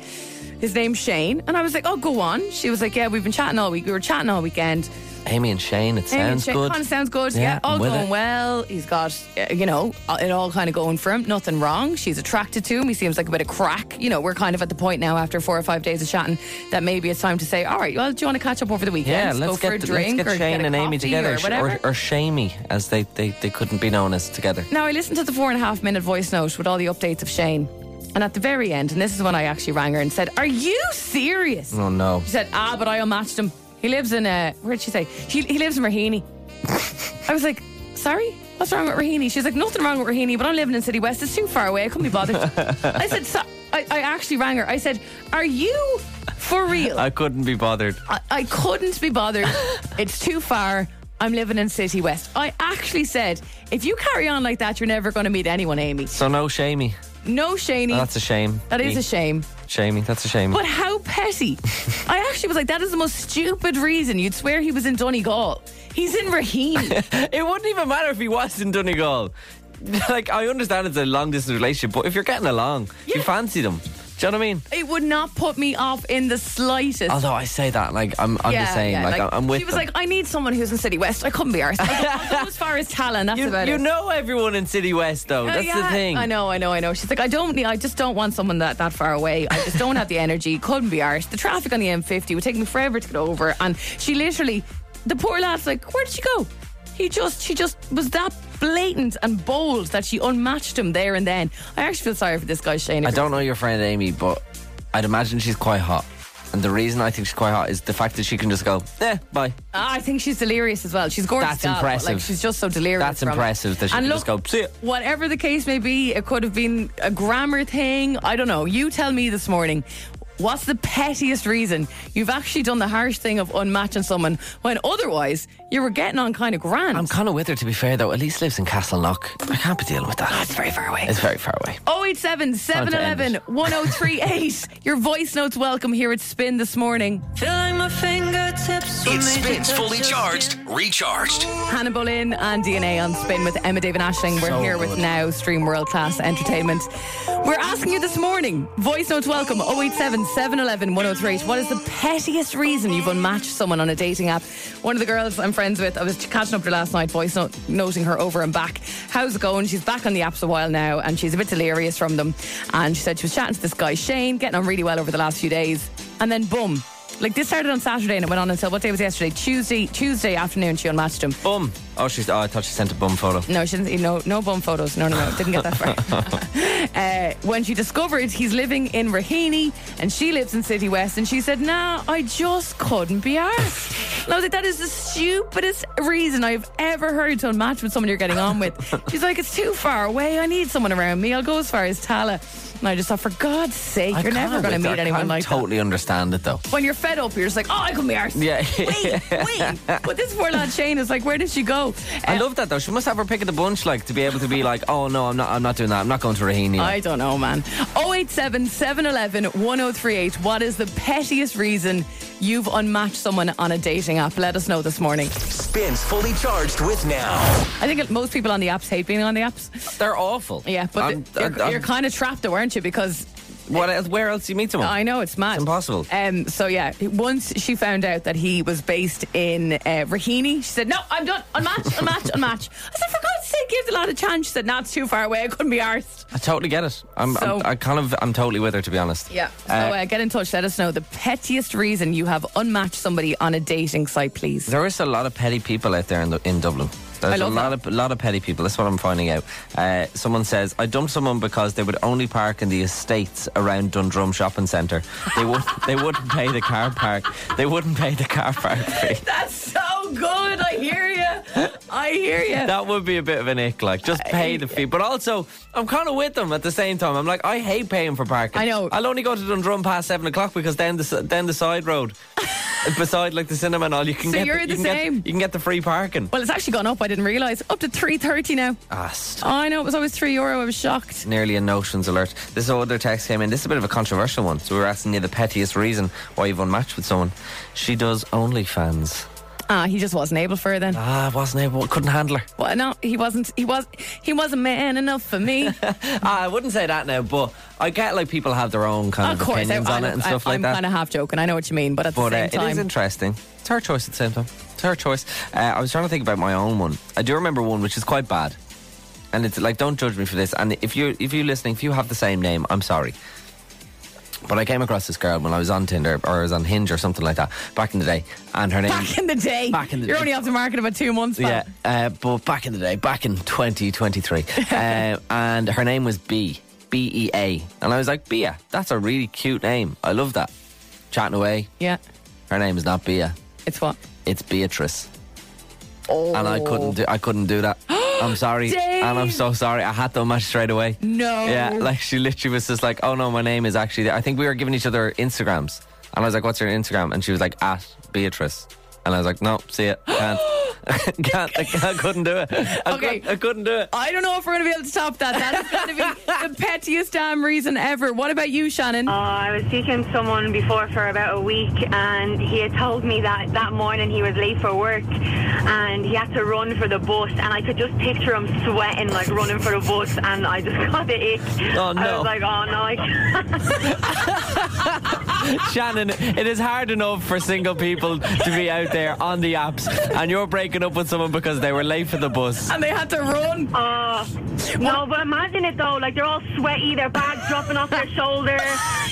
His name's Shane. And I was like, oh, go on. She was like, yeah, we've been chatting all week. We were chatting all weekend. "Amy and Shane, it Hey, sounds Oh. Shane, good." Kind of sounds good. Yeah, Yeah, all I'm with going it. well. He's got, uh, you know, uh, it all kind of going for him. Nothing wrong. She's attracted to him. He seems like a bit of crack. You know, we're kind of at the point now after four or five days of chatting that maybe it's time to say, all right, well, do you want to catch up over the yeah, weekend? let's go get for a th- drink let's get or Shane get a and Amy coffee together, or sh- whatever. or, or Shamey, as they, they they couldn't be known as together. Now, I listened to the four and a half minute voice note with all the updates of Shane. And at the very end, and this is when I actually rang her and said, Are you serious? Oh no! She said, Ah, but I unmatched him. He lives in, uh, where did she say? He, he lives in Raheny. I was like, Sorry? What's wrong with Raheny? She's like, Nothing wrong with Raheny, but I'm living in City West. It's too far away. I couldn't be bothered. I said, so, I, I actually rang her. I said, Are you for real? I couldn't be bothered. I, I couldn't be bothered. It's too far. I'm living in City West. I actually said, if you carry on like that, you're never going to meet anyone, Amy. So no Shamey. No, Shaney. That's a shame. That is a shame. Shamey. That's a shame. But how petty. I actually was like, that is the most stupid reason. You'd swear he was in Donegal. He's in Raheen. It wouldn't even matter if he was in Donegal. Like, I understand it's a long distance relationship, but if you're getting along, Yeah. you fancy them. Do you know what I mean? it would not put me off in the slightest. Although I say that, like, I'm, I'm just saying, like, I'm with She was them. like, I need someone who's in City West. I couldn't be ours. I'll go as far as Tallinn. That's you, about you it. know everyone in City West, though. Oh, That's yeah. the thing. I know, I know, I know. She's like, I don't need, I just don't want someone that, that far away. I just don't have the energy. Couldn't be arsed. The traffic on the M50 would take me forever to get over. And she literally, the poor lad's like, where did she go? He just, she just was that blatant and bold that she unmatched him there and then. I actually feel sorry for this guy, Shane. I don't know your friend Amy, but I'd imagine she's quite hot. And the reason I think she's quite hot is the fact that she can just go, eh, bye. Ah, I think she's delirious as well. She's gorgeous. That's gal, but, Like impressive. she's just so delirious. That's from it. impressive that she and can look, just go, see ya. Whatever the case may be, it could have been a grammar thing. I don't know. You tell me this morning. What's the pettiest reason you've actually done the harsh thing of unmatching someone when otherwise you were getting on kind of grand? I'm kind of with her, to be fair, though. At least lives in Castleknock. I can't be dealing with that. it's very far away. It's very far away. 087 711 1038. Your voice notes welcome here at Spin this morning. Feel like my fingertips. It were made to spins touch fully your charged, recharged. Hannah Bolin and DNA on Spin with Emma David Ashling. We're So here with good. Now Stream World Class Entertainment. We're asking you this morning, voice notes welcome 087 711 1038. What is the pettiest reason you've unmatched someone on a dating app? One of the girls I'm friends with, I was catching up to her last night, voice note, noting her over and back. How's it going? She's back on the apps a while now and she's a bit delirious from them. And she said she was chatting to this guy, Shane, getting on really well over the last few days. And then boom, like this started on Saturday and it went on until what day was yesterday? Tuesday, Tuesday afternoon. She unmatched him. Bum. Oh, she's. Oh, I thought she sent a bum photo. No, she didn't. No, no bum photos. No, no, no. Didn't get that far. uh, when she discovered he's living in Raheny and she lives in City West, and she said, "Nah, I just couldn't be arsed." And I was like, "That is the stupidest reason I've ever heard to unmatch with someone you're getting on with." She's like, "It's too far away. I need someone around me. I'll go as far as Tala." And I just thought, for God's sake, I you're never can't going to with her. meet I anyone can't like that. totally understand it, though. When you're fed up, you're just like, "Oh, I couldn't be arsed." Yeah. But this poor lad Shane is like, "Where did she go?" I love that though. She must have her pick of the bunch, like to be able to be like, "Oh no, I'm not. I'm not doing that. I'm not going to Rahini." I don't know, man. 087 711 1038. What is the pettiest reason you've unmatched someone on a dating app? Let us know this morning. Spins fully charged with now. I think it- most people on the apps hate being on the apps. They're awful. Yeah, but I'm- the- you're, I'm- you're kind of trapped, though, aren't you? Because What else? Where else do you meet someone? I know it's mad. It's impossible. Um, so yeah, once she found out that he was based in uh, Raheny, she said, "No, I'm done. Unmatch, unmatch, unmatch." I said, "For God's sake, give the lad a chance." She said, "Not it's too far away. I couldn't be arsed." I totally get it. I'm, So- I'm. I kind of. I'm totally with her to be honest. Yeah. So Uh, uh, get in touch. Let us know the pettiest reason you have unmatched somebody on a dating site, please. There is a lot of petty people out there in, the, in Dublin. There's I love a lot of lot of petty people. That's what I'm finding out. Uh, someone says I dumped someone because they would only park in the estates around Dundrum Shopping Centre. They would they wouldn't pay the car park. They wouldn't pay the car park fee. That's so good. I hear you. I hear you. That would be a bit of an ick, like just pay the fee. But also, I'm kind of with them at the same time. I'm like, I hate paying for parking. I know. I'll only go to Dundrum past seven o'clock because then the s- then the side road, beside like the cinema and all, you can So get you're the you can get- same. you can get the free parking. Well, it's actually gone up. I didn't realise. Up to three thirty now. Ah, st- I know it was always three euro. I was shocked. nearly a notions alert. This other text came in. This is a bit of a controversial one. So we were asking you the pettiest reason why you've unmatched with someone. She does OnlyFans. Ah, he just wasn't able for her then. Ah, wasn't able. Couldn't handle her. Well, no, he wasn't. He was. He wasn't man enough for me. Ah, I wouldn't say that now, but I get like people have their own kind of of, course, opinions on it and stuff like am that. kind of half joking. I know what you mean, but at But the uh, same it is time, interesting. It's her choice at the same time. It's her choice. Uh, I was trying to think about my own one. I do remember one which is quite bad, and it's like don't judge me for this. And if you if you're listening, if you have the same name, I'm sorry. But I came across this girl when I was on Tinder or I was on Hinge or something like that back in the day, and her name. back in the day, Back in the you're day. only off the market about two months. pal. yeah, uh, but back in the day, back in 2023, uh, and her name was B B E A, and I was like, Bea, that's a really cute name. I love that. Chatting away, yeah. her name is not Bea. It's what? It's Beatrice. Oh. And I couldn't do I couldn't do that. I'm sorry. Dave. And I'm so sorry. I had to match straight away. No. Yeah, like she literally was just like, Oh no, my name is actually I think we were giving each other Instagrams. And I was like, What's your Instagram? And she was like, at Beatrice. And I was like, No, see it. Can't can't I, I couldn't do it. I, Okay. couldn't, I couldn't do it. I don't know if we're going to be able to top that. That's going to be the pettiest damn reason ever. What about you, Shannon? Oh, I was seeking someone before for about a week, and he had told me that that morning he was late for work, and he had to run for the bus, and I could just picture him sweating like running for the bus, and I just got the ick. Oh, I no. was like, oh no, I can't. Shannon, it is hard enough for single people to be out there on the apps and you're breaking up with someone because they were late for the bus. and they had to run. uh, Oh, no, but imagine it though. Like, they're all sweaty, their bags dropping off their shoulder.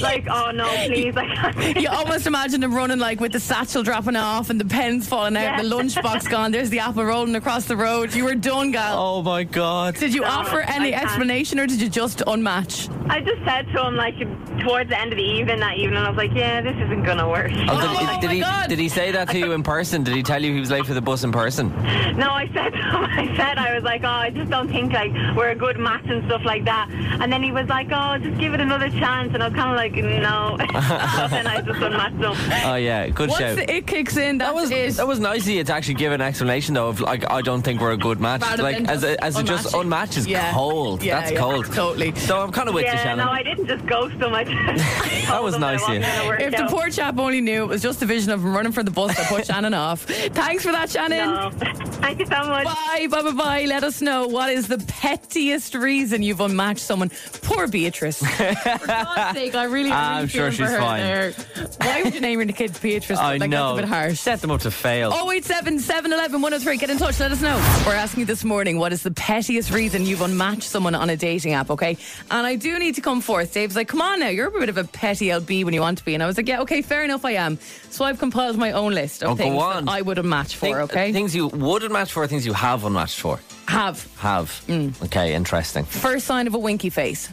Like, oh no, please, I can't. You almost imagine them running like with the satchel dropping off and the pens falling out, Yeah. the lunchbox gone. There's the apple rolling across the road. You were done, gal. Oh my god. Did you offer I any can't. explanation or did you just unmatch? I just said to him, like, towards the end of the evening that evening, I was like, yeah, this isn't gonna work. Oh, did, did he did he say that to you in person? Did he tell you he was late for the bus in person? No, I said to him, I said I was like, oh, I just don't think like we're a good match and stuff like that. And then he was like, oh, just give it another chance. And I was kind of like, no. And then I just unmatched him. Oh yeah, good Once shout. it kicks in, that, was That was nice of you to actually give an explanation though of like I don't think we're a good match. Rather like than as a, just as a just unmatch unmatch is it. Yeah. cold. Yeah, That's yeah, cold. Totally. So I'm kind of with yeah, you, Shannon. no, I didn't just ghost him. I just that was nice of you. If the poor chap only knew it was just a vision of him running for the bus that put Shannon off. Thanks for that, Shannon. Thank you so much. Bye, bye, bye, bye. Let us know what is the pettiest reason you've unmatched someone. Poor Beatrice. for God's sake, I really, I'm really sure feel she's for her fine. there. Why would you name your kid Beatrice? I like, know. That's a bit harsh. Set them up to fail. Oh, 087 711 103. Get in touch. Let us know. We're asking you this morning what is the pettiest reason you've unmatched someone on a dating app, okay? And I do need to come forth. Dave's like, come on now, you're a bit of a petty LB when you want to be. And I was like, yeah, okay, fair enough, I am. So I've compiled my own list of Oh, go things on. that I would unmatch for, Think- okay? Things you wouldn't match for, things you have unmatched for. Have. Have. Mm. Okay, interesting. First sign of a winky face.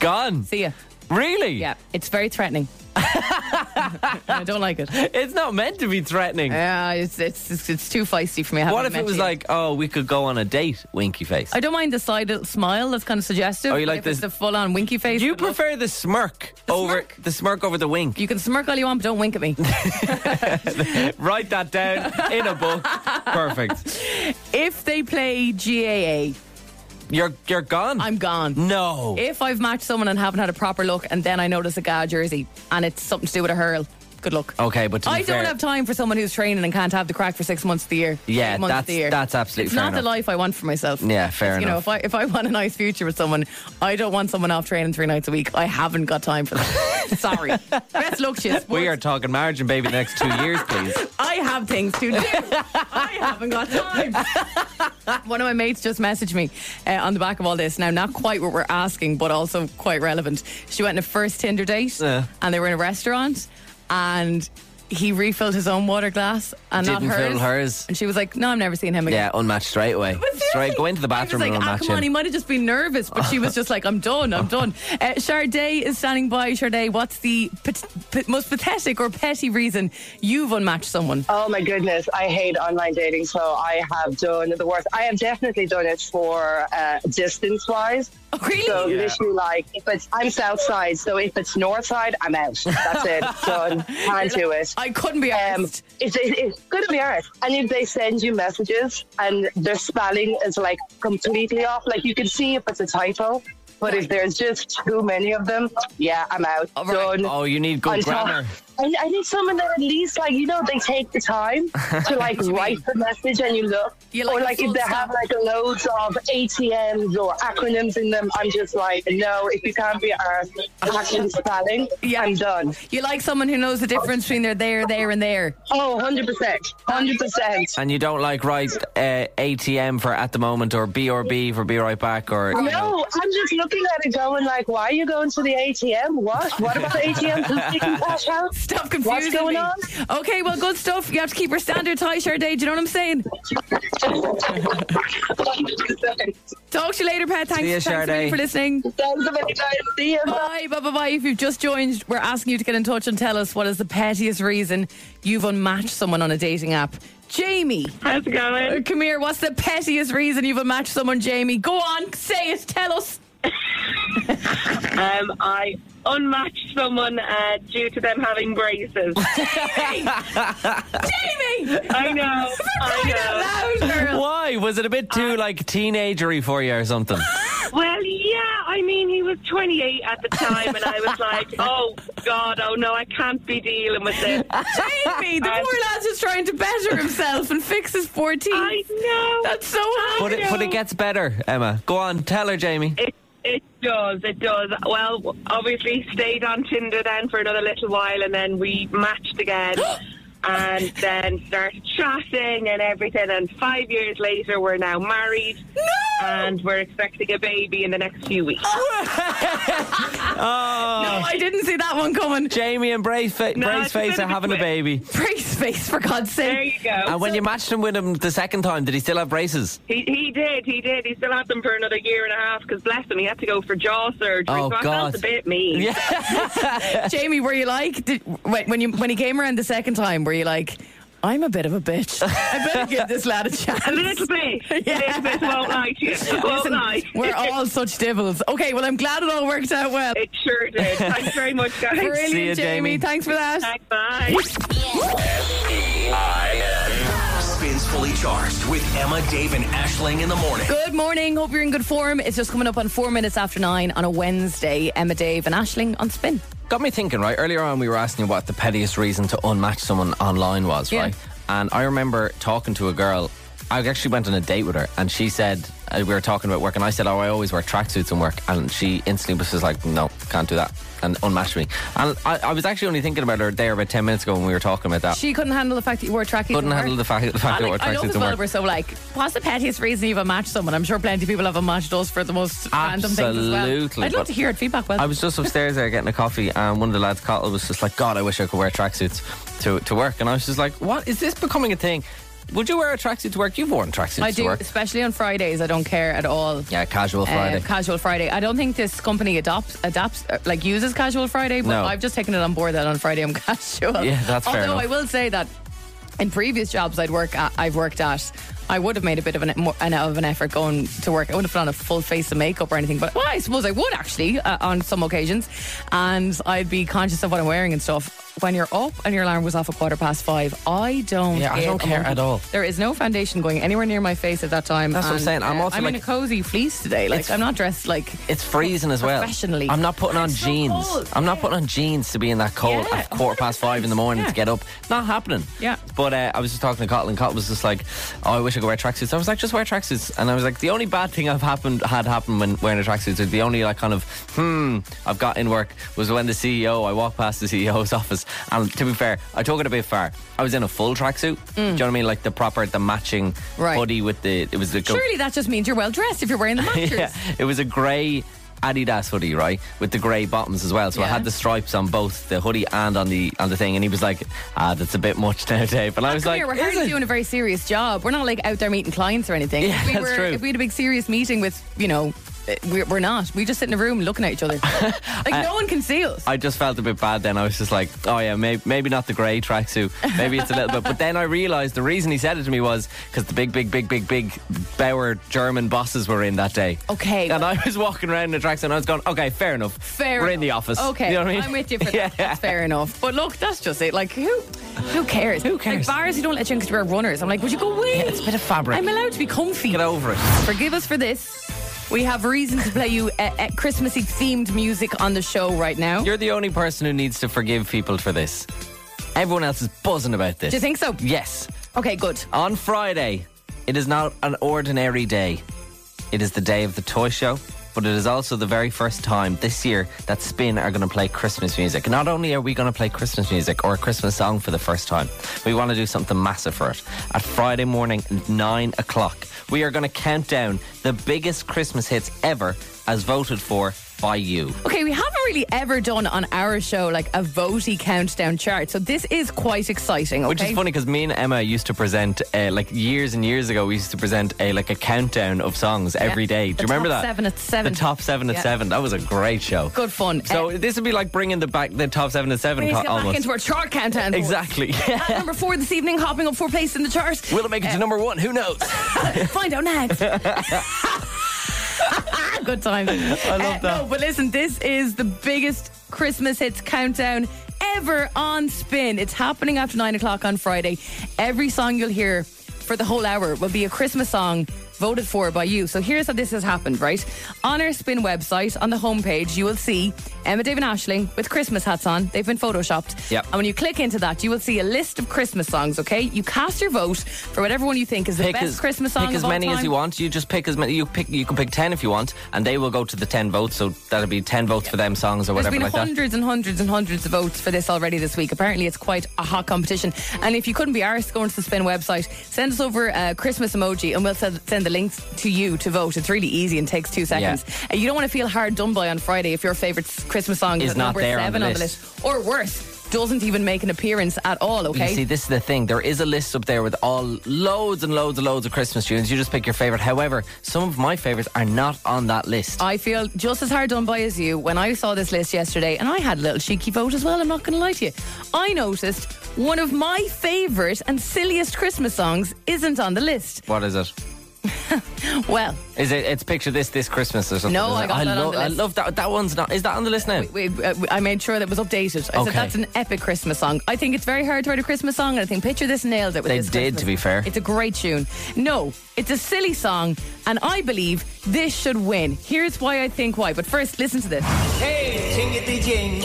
Gone. See ya. Really? Yeah, it's very threatening. I don't like it. It's not meant to be threatening. Yeah, Uh, it's, it's, it's, it's too feisty for me. I haven't what if it met was you. like, oh, we could go on a date, winky face? I don't mind the side smile that's kind of suggestive. Oh, you but like if it's this- the full on winky face. you prefer the smirk over the smirk over the wink. You can smirk all you want, but don't wink at me. Write that down in a book. Perfect. if they play GAA, You're you're gone. I'm gone. no. If I've matched someone and haven't had a proper look, and then I notice a guy jersey and it's something to do with a hurl, good luck. okay, but to be I fair- don't have time for someone who's training and can't have the crack for six months of the year. Yeah, eight months that's- of the year. that's absolutely It's fair not the enough. life I want for myself. Yeah, fair You know, enough. if I if I want a nice future with someone, I don't want someone off training three nights a week. I haven't got time for that. Sorry. Best luck, shit. we are talking margin, baby, next two years, please. I have things to do. I haven't got time. One of my mates just messaged me uh, on the back of all this. Now, not quite what we're asking, but also quite relevant. She went on a first Tinder date, Yeah. and they were in a restaurant, and he refilled his own water glass and Didn't not hers. fill hers. And she was like, "No, I'm never seeing him again." Yeah, unmatched straight away. Straight, go into the I was bathroom like, and ah, unmatch come on, he him. might have just been nervous, but she was just like, I'm done, I'm done. Uh, Sade is standing by. Sade, what's the pat- pat- most pathetic or petty reason you've unmatched someone? Oh my goodness, I hate online dating, so I have done the worst. I have definitely done it for uh, distance wise. Oh, really? So Yeah. literally, like if it's I'm south side, so if it's north side, I'm out. That's it, done. Can't do it. I couldn't be Um, asked. it's, it's good to be honest. And if they send you messages and their spelling is like completely off, like you can see if it's a typo, but if there's just too many of them, yeah, I'm out. Done. Oh, you need On good top- grammar. I, I need someone that at least, like, you know, they take the time to, like, write the message and you look. You like or, a like, if full they stop. have, like, loads of ATMs or acronyms in them, I'm just like, no, if you can't be arsed actually spelling, Yeah. I'm done. You like someone who knows the difference between their there, there, and there. Oh, 100%. 100%. And you don't like write uh, ATM for at the moment or BRB for be right back or. you know. No, I'm just looking at it going like, why are you going to the ATM? What? What about the ATM? Who's taking cash out? Stop confusing What's going me. on? Okay, well, good stuff. You have to keep your standards high, Sade. Do you know what I'm saying? Talk to you later, Pat. Thanks, See ya, thanks a Sade. million for listening. Thanks a million, guys. See you. Bye, bye, bye, bye. If you've just joined, we're asking you to get in touch and tell us what is the pettiest reason you've unmatched someone on a dating app. Jamie, How's it going? come here. What's the pettiest reason you've unmatched someone, Jamie? Go on, say it, tell us. Um, I unmatched someone uh, due to them having braces. Jamie! I know. Crying I out loud, girl. Why? Was it a bit too Uh, like teenagery for you or something? know. Well, yeah. I mean, he was 28 at the time, and I was like, "Oh God, oh no, I can't be dealing with this." Jamie, the Uh, poor lad's just trying to better himself and fix his 14. I know. That's so hard. But it, but it gets better, Emma. Go on, tell her, Jamie. It it does, it does. Well, obviously stayed on Tinder then for another little while, and then we matched again, and then started chatting and everything. And five years later, we're now married. and we're expecting a baby in the next few weeks. No, I didn't see that one coming. Jamie and Braceface, No, it's a Braceface bit are of a having a twist. baby. Braceface, for God's sake. There you go. And when you matched him with him the second time, did he still have braces? He, he did, he did. He still had them for another year and a half because, bless him, he had to go for jaw surgery. Oh, so I God. felt a bit mean. Jamie, were you like did, when when you when he came around the second time? Were you like, I'm a bit of a bitch. I better give this lad a chance. A little bit. A little bit. Won't lie to you. Won't Listen, lie. We're all such devils. Okay, well, I'm glad it all worked out well. It sure did. Thanks very much, guys. Brilliant, See you, Jamie. Jamie. Thanks for that. S-E-I-N. Spins Fully Charged with Emma, Dave, and Ashling in the morning. Good morning. Hope you're in good form. It's just coming up on four minutes after nine on a Wednesday. Emma, Dave, and Ashling on spin. Got me thinking, right? Earlier on, we were asking you what the pettiest reason to unmatch someone online was, Yeah. right? And I remember talking to a girl. I actually went on a date with her, and she said uh, we were talking about work, and I said, "Oh, I always wear tracksuits in work," and she instantly was just like, "No, can't do that," and unmatched me. And I, I was actually only thinking about her there about ten minutes ago when we were talking about that. She couldn't handle the fact that you wore trackies. couldn't to handle work. the fact, the I, fact that I wore like, I love tracksuits as in well work. we're so like, what's the pettiest reason you've matched someone? I'm sure plenty of people have matched us for the most random things as well. Absolutely, I'd love but- to hear it feedback. Well, I was just upstairs there getting a coffee, and one of the lads, Cottle, was just like, God, I wish I could wear tracksuits to, to work. And I was just like, What is this becoming a thing? Would you wear a tracksuit to work? You've worn tracksuits I to do, work. especially on Fridays. I don't care at all. Yeah, casual Friday. Uh, casual Friday. I don't think this company adopts, adapts, uh, like uses casual Friday, but No. I've just taken it on board that on Friday I'm casual. Yeah, that's fair Although enough. I will say that in previous jobs I'd work at, I've worked at, I would have made a bit of an, more, an of an effort going to work. I wouldn't have put on a full face of makeup or anything, but well, I suppose I would actually uh, on some occasions, and I'd be conscious of what I'm wearing and stuff. When you're up and your alarm was off at quarter past five, I don't. Yeah, I give don't a care monkey. at all. There is no foundation going anywhere near my face at that time. That's what I'm and, saying. I'm uh, also I'm in a like- cozy fleece today. Like It's- I'm not dressed like It's freezing as well. Professionally. I'm not putting on It's so jeans. cold. I'm not putting on jeans to be in that cold Yeah, at quarter past five in the morning Yeah. to get up. Not happening. Yeah. But uh, I was just talking to Cotland. Cotland was just like, "Oh, I wish I could wear tracksuits." I was like, "Just wear tracksuits." And I was like, "The only bad thing I've happened had happened when wearing a tracksuit, or the only like kind of hmm I've got in work was when the CEO. I walked past the CEO's office, and to be fair, I took it a bit far. I was in a full tracksuit. Do you know what I mean? Like the proper, the matching Mm. Right. hoodie with the it was the Surely that just means you're well dressed if you're wearing the matchers. yeah, it was a grey Adidas hoodie, right, with the grey bottoms as well. So I Yeah. had the stripes on both the hoodie and on the on the thing. And he was like, "Ah, that's a bit much now, Dave." And I was Come like, here, we're hardly doing a very serious job. We're not like out there meeting clients or anything. Yeah, if we that's were, true. If we had a big serious meeting with, you know, eh, we're, we're not. We just sit in a room looking at each other. like no one can see us. I just felt a bit bad then. I was just like, oh yeah, maybe, maybe not the grey tracksuit. Maybe it's a little bit. But then I realised the reason he said it to me was because the big, big, big, big, big Bauer German bosses were in that day. Okay, And I was walking around in the tracksuit and I was going, okay, fair enough. fair. We're enough. in the office. Okay, You know what I mean? am with you for that. That's fair enough. But look, that's just it. Like who, who cares? Who cares? Like bars, you don't let you in because you wear runners. I'm like, would you go away? it's a bit of fabric. I'm allowed to be comfy. Get over it. Forgive us for this. We have reason to play you uh, uh, Christmassy themed music on the show right now. You're the only person who needs to forgive people for this. Everyone else is buzzing about this. Do you think so? Yes. Okay, good. On Friday, it is not an ordinary day. It is the day of the toy show, but it is also the very first time this year that Spin are going to play Christmas music. Not only are we going to play Christmas music or a Christmas song for the first time, we want to do something massive for it. At Friday morning, at 9 o'clock, we are going to count down the biggest Christmas hits ever as voted for by you. Okay, we haven't really ever done on our show like a votey countdown chart, so this is quite exciting. Okay? Which is funny because me and Emma used to present uh, like years and years ago. We used to present a like a countdown of songs every day. Do The you remember top that? seven at seven. The top seven Yeah. at seven. That was a great show. Good fun. So this would be like bringing the back the top seven at seven We need to co- get back almost. into our chart countdown. boys. Exactly. At number four this evening, hopping up four places in the chart. Will it make it to number one? Who knows? Find out next. Good time. I that. love No, but listen, this is the biggest Christmas hits countdown ever on spin. It's happening after nine o'clock on Friday. Every song you'll hear for the whole hour will be a Christmas song voted for by you. So here's how this has happened, right? On our spin website, on the homepage, you will see Emma David Ashling with Christmas hats on. They've been photoshopped. Yep. And when you click into that, you will see a list of Christmas songs, okay? You cast your vote for whatever one you think is the best Christmas song pick as of all many as time. you want. You just pick as many. You pick. You can pick ten if you want, and they will go to the ten votes. So that'll be ten votes for them songs or There's whatever been like that. hundreds and hundreds and hundreds of votes for this already this week. Apparently, it's quite a hot competition. And if you couldn't be arsed going to the Spin website, send us over a Christmas emoji and we'll send send the the links to you to vote. It's really easy and takes two seconds. Uh, you don't want to feel hard done by on Friday if your favourite s- Christmas song Is at not number there on seven the on the list. list. Or worse, doesn't even make an appearance at all, okay? You see, this is the thing. There is a list up there with all loads and loads and loads of Christmas tunes. You just pick your favorite. However, some of my favorites are not on that list. I feel just as hard done by as you when I saw this list yesterday, and I had a little cheeky vote as well. I'm not going to lie to you. I noticed one of my favourite and silliest Christmas songs isn't on the list. What is it? Well, Is it? It's picture this this Christmas or something. No, is I it? got that on love. the I list. love that. That one's not. Is that on the list now? we, uh, I made sure that was updated. I Okay. said that's an epic Christmas song. I think it's very hard to write a Christmas song, and I think Picture This nailed it. With They this did, Christmas. to be fair. It's a great tune. No, it's a silly song, and I believe this should win. Here's why I think why. But first, listen to this. Hey, jingity jing.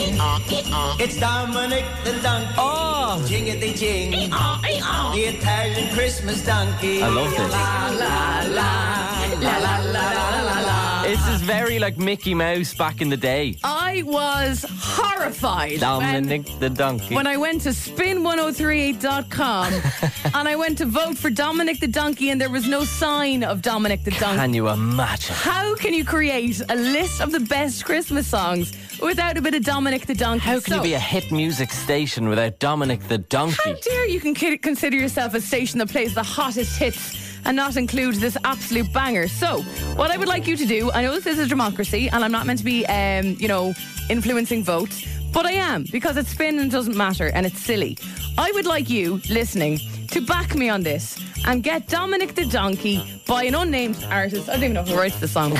It's Dominic the donkey. Oh. Jingity jing. The Italian Christmas donkey. I love this. La la la. La la la la la la. This is very like Mickey Mouse back in the day. I was horrified. Dominic the donkey. when I went to spin1038.com and I went to vote for Dominic the Donkey and there was no sign of Dominic the Donkey. Can you imagine? How can you create a list of the best Christmas songs without a bit of Dominic the Donkey? How can you be a hit music station without Dominic the How donkey? dare you can ki- consider yourself a station that plays the hottest hits and not include this absolute banger. So, what I would like you to do, I know this is a democracy and I'm not meant to be, um, you know, influencing votes, but I am because it's spin and it doesn't matter and it's silly. I would like you listening to back me on this and get Dominic the Donkey by an unnamed artist. I don't even know who writes the song.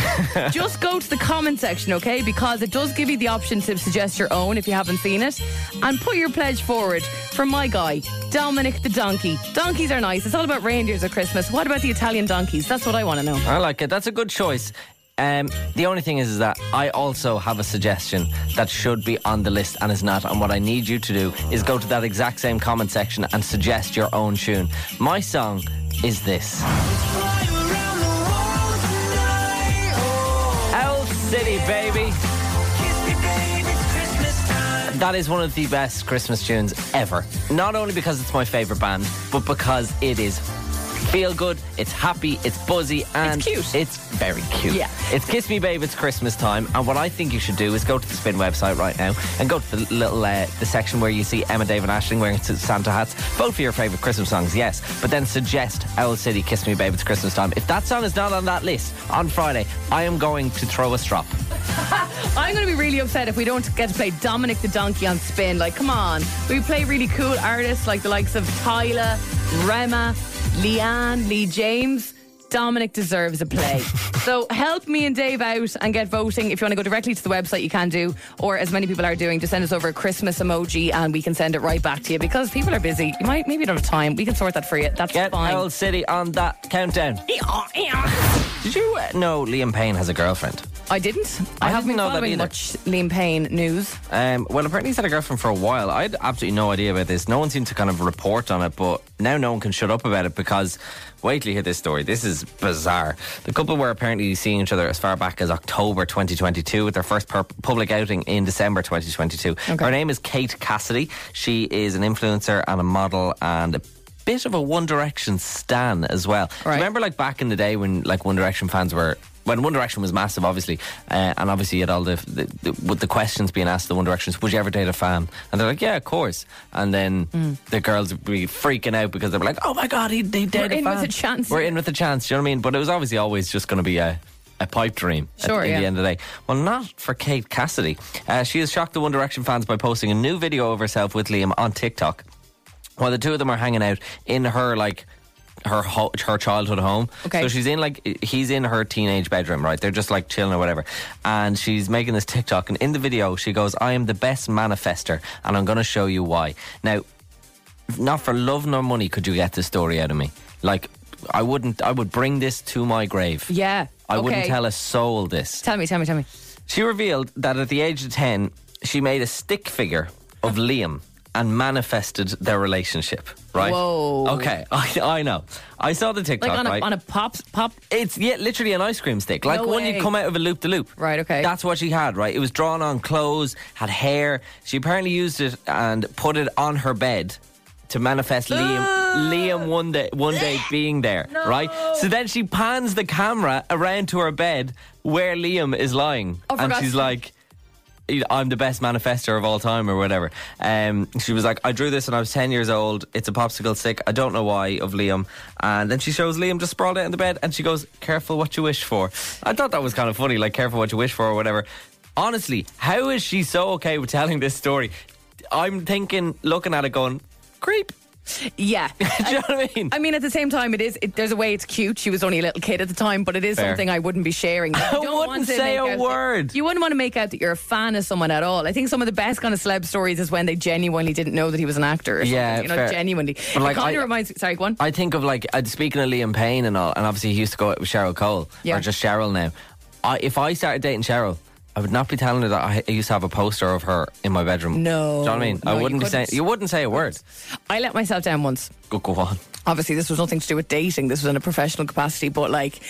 Just go to the comment section, okay? Because it does give you the option to suggest your own if you haven't seen it. And put your pledge forward for my guy, Dominic the Donkey. Donkeys are nice. It's all about reindeers at Christmas. What about the Italian donkeys? That's what I want to know. I like it. That's a good choice. Um, the only thing is, is that I also have a suggestion that should be on the list and is not. And what I need you to do is go to that exact same comment section and suggest your own tune. My song is this. Owl City, baby. That is one of the best Christmas tunes ever. Not only because it's my favourite band, but because it is feel good, it's happy, it's buzzy, and it's cute. It's very cute. Yeah. It's Kiss Me Babe, it's Christmas time. And what I think you should do is go to the Spin website right now and go to the little uh, the section where you see Emma, Dave, and Ashling wearing s- Santa hats. Vote for your favourite Christmas songs, yes. But then suggest Owl City, Kiss Me Babe, it's Christmas time. If that song is not on that list on Friday, I am going to throw a strop. I'm going to be really upset if we don't get to play Dominic the Donkey on spin. Like, come on. We play really cool artists like the likes of Tyler, Rema, Leanne, Lee James. Dominic deserves a play. so help me and Dave out and get voting. If you want to go directly to the website, you can do, or as many people are doing, just send us over a Christmas emoji and we can send it right back to you because people are busy. You might maybe don't have time. We can sort that for you. That's Get fine. Owl City on that countdown. Did you uh, know Liam Payne has a girlfriend? I didn't. I, I haven't been didn't know that following either. much Liam Payne news. Um, well, apparently he's had a girlfriend for a while. I had absolutely no idea about this. No one seemed to kind of report on it, but now no one can shut up about it because wait till you hear this story. This is bizarre. The couple were apparently seeing each other as far back as October 2022 with their first pur- public outing in December 2022. Her name is Kate Cassidy. She is an influencer and a model and a bit of a One Direction stan as well. Do you Remember, like back in the day when like One Direction fans were when One Direction was massive, obviously, uh, and obviously you had all the, the, the with the questions being asked to the One Directions, would you ever date a fan? And they're like, yeah, of course. And then Mm. the girls would be freaking out because they were like, oh my god, he, he dated We're in a with fan. a chance. We're in with a chance. Do you know what I mean? But it was obviously always just going to be a. A pipe dream at- Sure, in yeah. the end of the day. Well, not for Kate Cassidy. Uh, she has shocked the One Direction fans by posting a new video of herself with Liam on TikTok while the two of them are hanging out in her like her ho- her childhood home. Okay. So she's in like he's in her teenage bedroom, right? They're just like chilling or whatever. And she's making this TikTok and in the video she goes, "I am the best manifester and I'm going to show you why." Now, not for love nor money could you get this story out of me. Like I wouldn't I would bring this to my grave. Yeah. I wouldn't okay. tell a soul this. Tell me, tell me, tell me. She revealed that at the age of 10, she made a stick figure of Liam and manifested their relationship, right? Whoa. Okay, I, I know. I saw the TikTok, Like on a, right? on a pop pop. It's yeah, literally an ice cream stick, like No one way. you come out of a loop de loop. Right. Okay. That's what she had. Right. It was drawn on clothes, had hair. She apparently used it and put it on her bed to manifest Liam. Liam one day, one day being there, right? So then she pans the camera around to her bed where Liam is lying, Oh, for and God's she's sake. like. I'm the best manifester of all time, or whatever. Um, she was like, I drew this when I was 10 years old. It's a popsicle stick. I don't know why, of Liam. And then she shows Liam just sprawled out in the bed and she goes, Careful what you wish for. I thought that was kind of funny, like, careful what you wish for, or whatever. Honestly, how is she so okay with telling this story? I'm thinking, looking at it, going, Creep. Yeah. Do you know what I mean? I mean, at the same time, it is. It, there's a way it's cute. She was only a little kid at the time, but it is Fair. something I wouldn't be sharing. You I don't wouldn't want to say make a out- word. You wouldn't want to make out that you're a fan of someone at all. I think some of the best kind of celeb stories is when they genuinely didn't know that he was an actor. Or Yeah, something, you know, fair. genuinely. But, like, it kind I- of reminds me. Sorry, go on. I think of like uh, speaking of Liam Payne and all, and obviously he used to go out with Cheryl Cole Yeah. or just Cheryl now. I, if I started dating Cheryl, I would not be telling her that I, I used to have a poster of her in my bedroom. No. do you know what I mean? No, I you wouldn't be saying couldn't. you wouldn't say a word. I let myself down once. Go go on. obviously this was nothing to do with dating this was in a professional capacity but like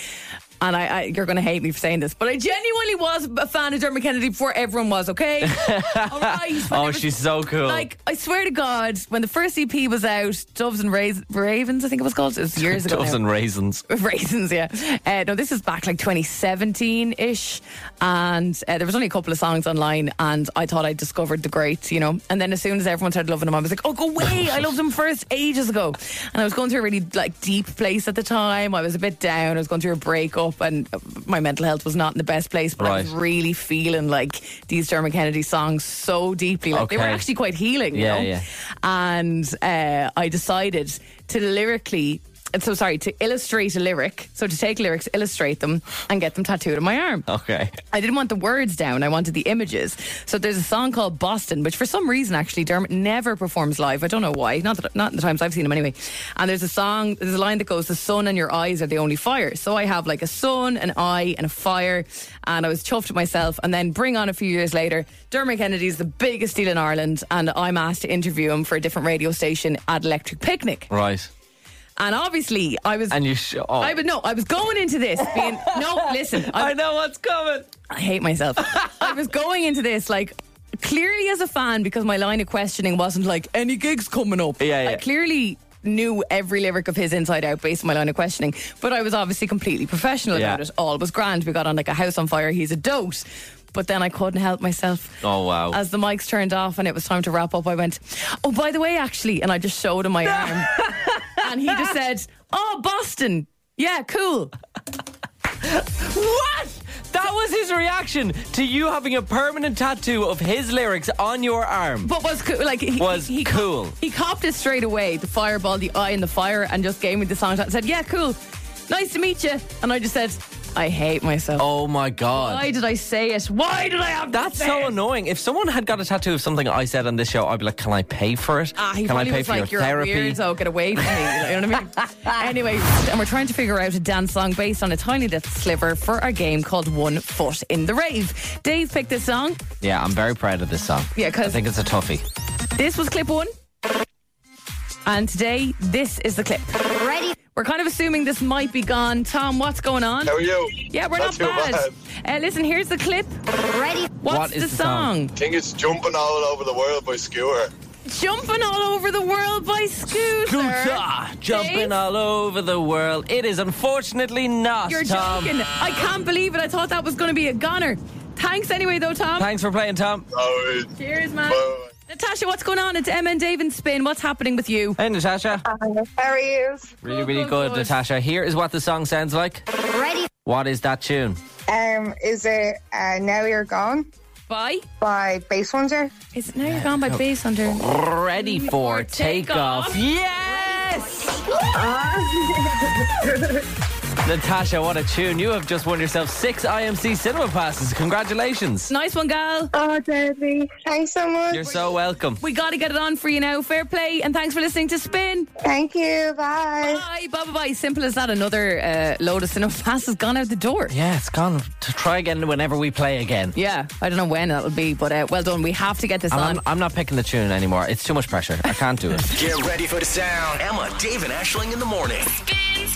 and I, I you're going to hate me for saying this but i genuinely was a fan of dermot kennedy before everyone was okay all right Oh, she's so cool. like i swear to god when the first ep was out doves and Rais- ravens i think it was called it was years ago Doves now. and raisins. Raisins, yeah. Uh, no, this is back like 2017 ish. And uh, there was only a couple of songs online, and I thought I discovered the great, you know. And then as soon as everyone started loving them, I was like, oh, go away. I loved them first ages ago. And I was going through a really like deep place at the time. I was a bit down. I was going through a breakup, and uh, my mental health was not in the best place. But I was Right. really feeling like these Dermot Kennedy songs so deeply. Like they were Okay. actually quite healing, you Yeah, know? yeah. and uh, I decided to lyrically. So sorry to illustrate a lyric. So to take lyrics, illustrate them, and get them tattooed on my arm. Okay. I didn't want the words down. I wanted the images. So there's a song called Boston, which for some reason actually Dermot never performs live. I don't know why. Not that, not in the times I've seen him anyway. And there's a song. There's a line that goes, "The sun and your eyes are the only fire." So I have like a sun, an eye, and a fire. And I was chuffed at myself. And then bring on a few years later, Dermot Kennedy's the biggest deal in Ireland, and I'm asked to interview him for a different radio station at Electric Picnic. Right. And obviously, I was. And you. Sh- oh. I would no. I was going into this being no. Listen, I know what's coming. I hate myself. I was going into this like clearly as a fan because my line of questioning wasn't like any gigs coming up. Yeah, yeah. I clearly knew every lyric of his inside out based on my line of questioning, but I was obviously completely professional Yeah. about it. All was grand. We got on like a house on fire. He's a dote. But then I couldn't help myself. Oh wow. As the mics turned off and it was time to wrap up, I went, Oh, by the way, actually, and I just showed him my arm. and he just said, Oh, Boston. Yeah, cool. What? That was his reaction to you having a permanent tattoo of his lyrics on your arm. But was cool. Like he Was he, he cool. cop- he copped it straight away. The fireball, the eye, and the fire, and just gave me the song and said, "Yeah, cool, nice to meet you." And I just said, "I hate myself. Oh my god. Why did I say it? Why did I have to That's say so it?" annoying. If someone had got a tattoo of something I said on this show, I'd be like, "Can I pay for it? Ah, he Can I probably pay was for like, "You're your a therapy?" weirdo, get away from me." You know what I mean? anyway, and we're trying to figure out a dance song based on a tiny little sliver for our game called One Foot in the Rave. Dave picked this song. Yeah, I'm very proud of this song. Yeah, 'cause- I think it's a toughie. This was clip one. And today, this is the clip. Ready? We're kind of assuming this might be gone. Tom, what's going on? How are you? Yeah, we're Not not, too bad. Uh, listen, here's the clip. Ready? What's What is the, song? I think it's Jumping All Over the World by Skewer. Jumping all over the world by Scooter. Scooter jumping Dave, all over the world. It is unfortunately not. You're Tom. joking. I can't believe it. I thought that was going to be a goner. Thanks anyway, though, Tom. Thanks for playing, Tom. Um, Cheers, man. Natasha, what's going on? It's Emma and Dave and Spin. What's happening with you? Hey, Natasha. How are you? Really, really good, Natasha. Here is what the song sounds like. Ready? What is that tune? Um, is it uh, Now You're Gone? By? By Bass Hunter. Is it Now You're Gone by Bass Hunter? Ready for takeoff. Yes! Natasha, what a tune. You have just won yourself six IMC cinema passes. Congratulations. Nice one, gal. Oh, Debbie. Thanks so much. You're so welcome. We got to get it on for you now. Fair play, and thanks for listening to Spin. Thank you. Bye. Bye. Bye. Bye. Bye. Simple as that. Another uh, load of cinema pass has gone out the door. Yeah, it's gone. To try again whenever we play again. Yeah, I don't know when that'll be, but uh, well done. We have to get this And on. I'm, I'm not picking the tune anymore. It's too much pressure. I can't do it. Get ready for the sound. Emma, Dave, and Ashling in the morning. Spins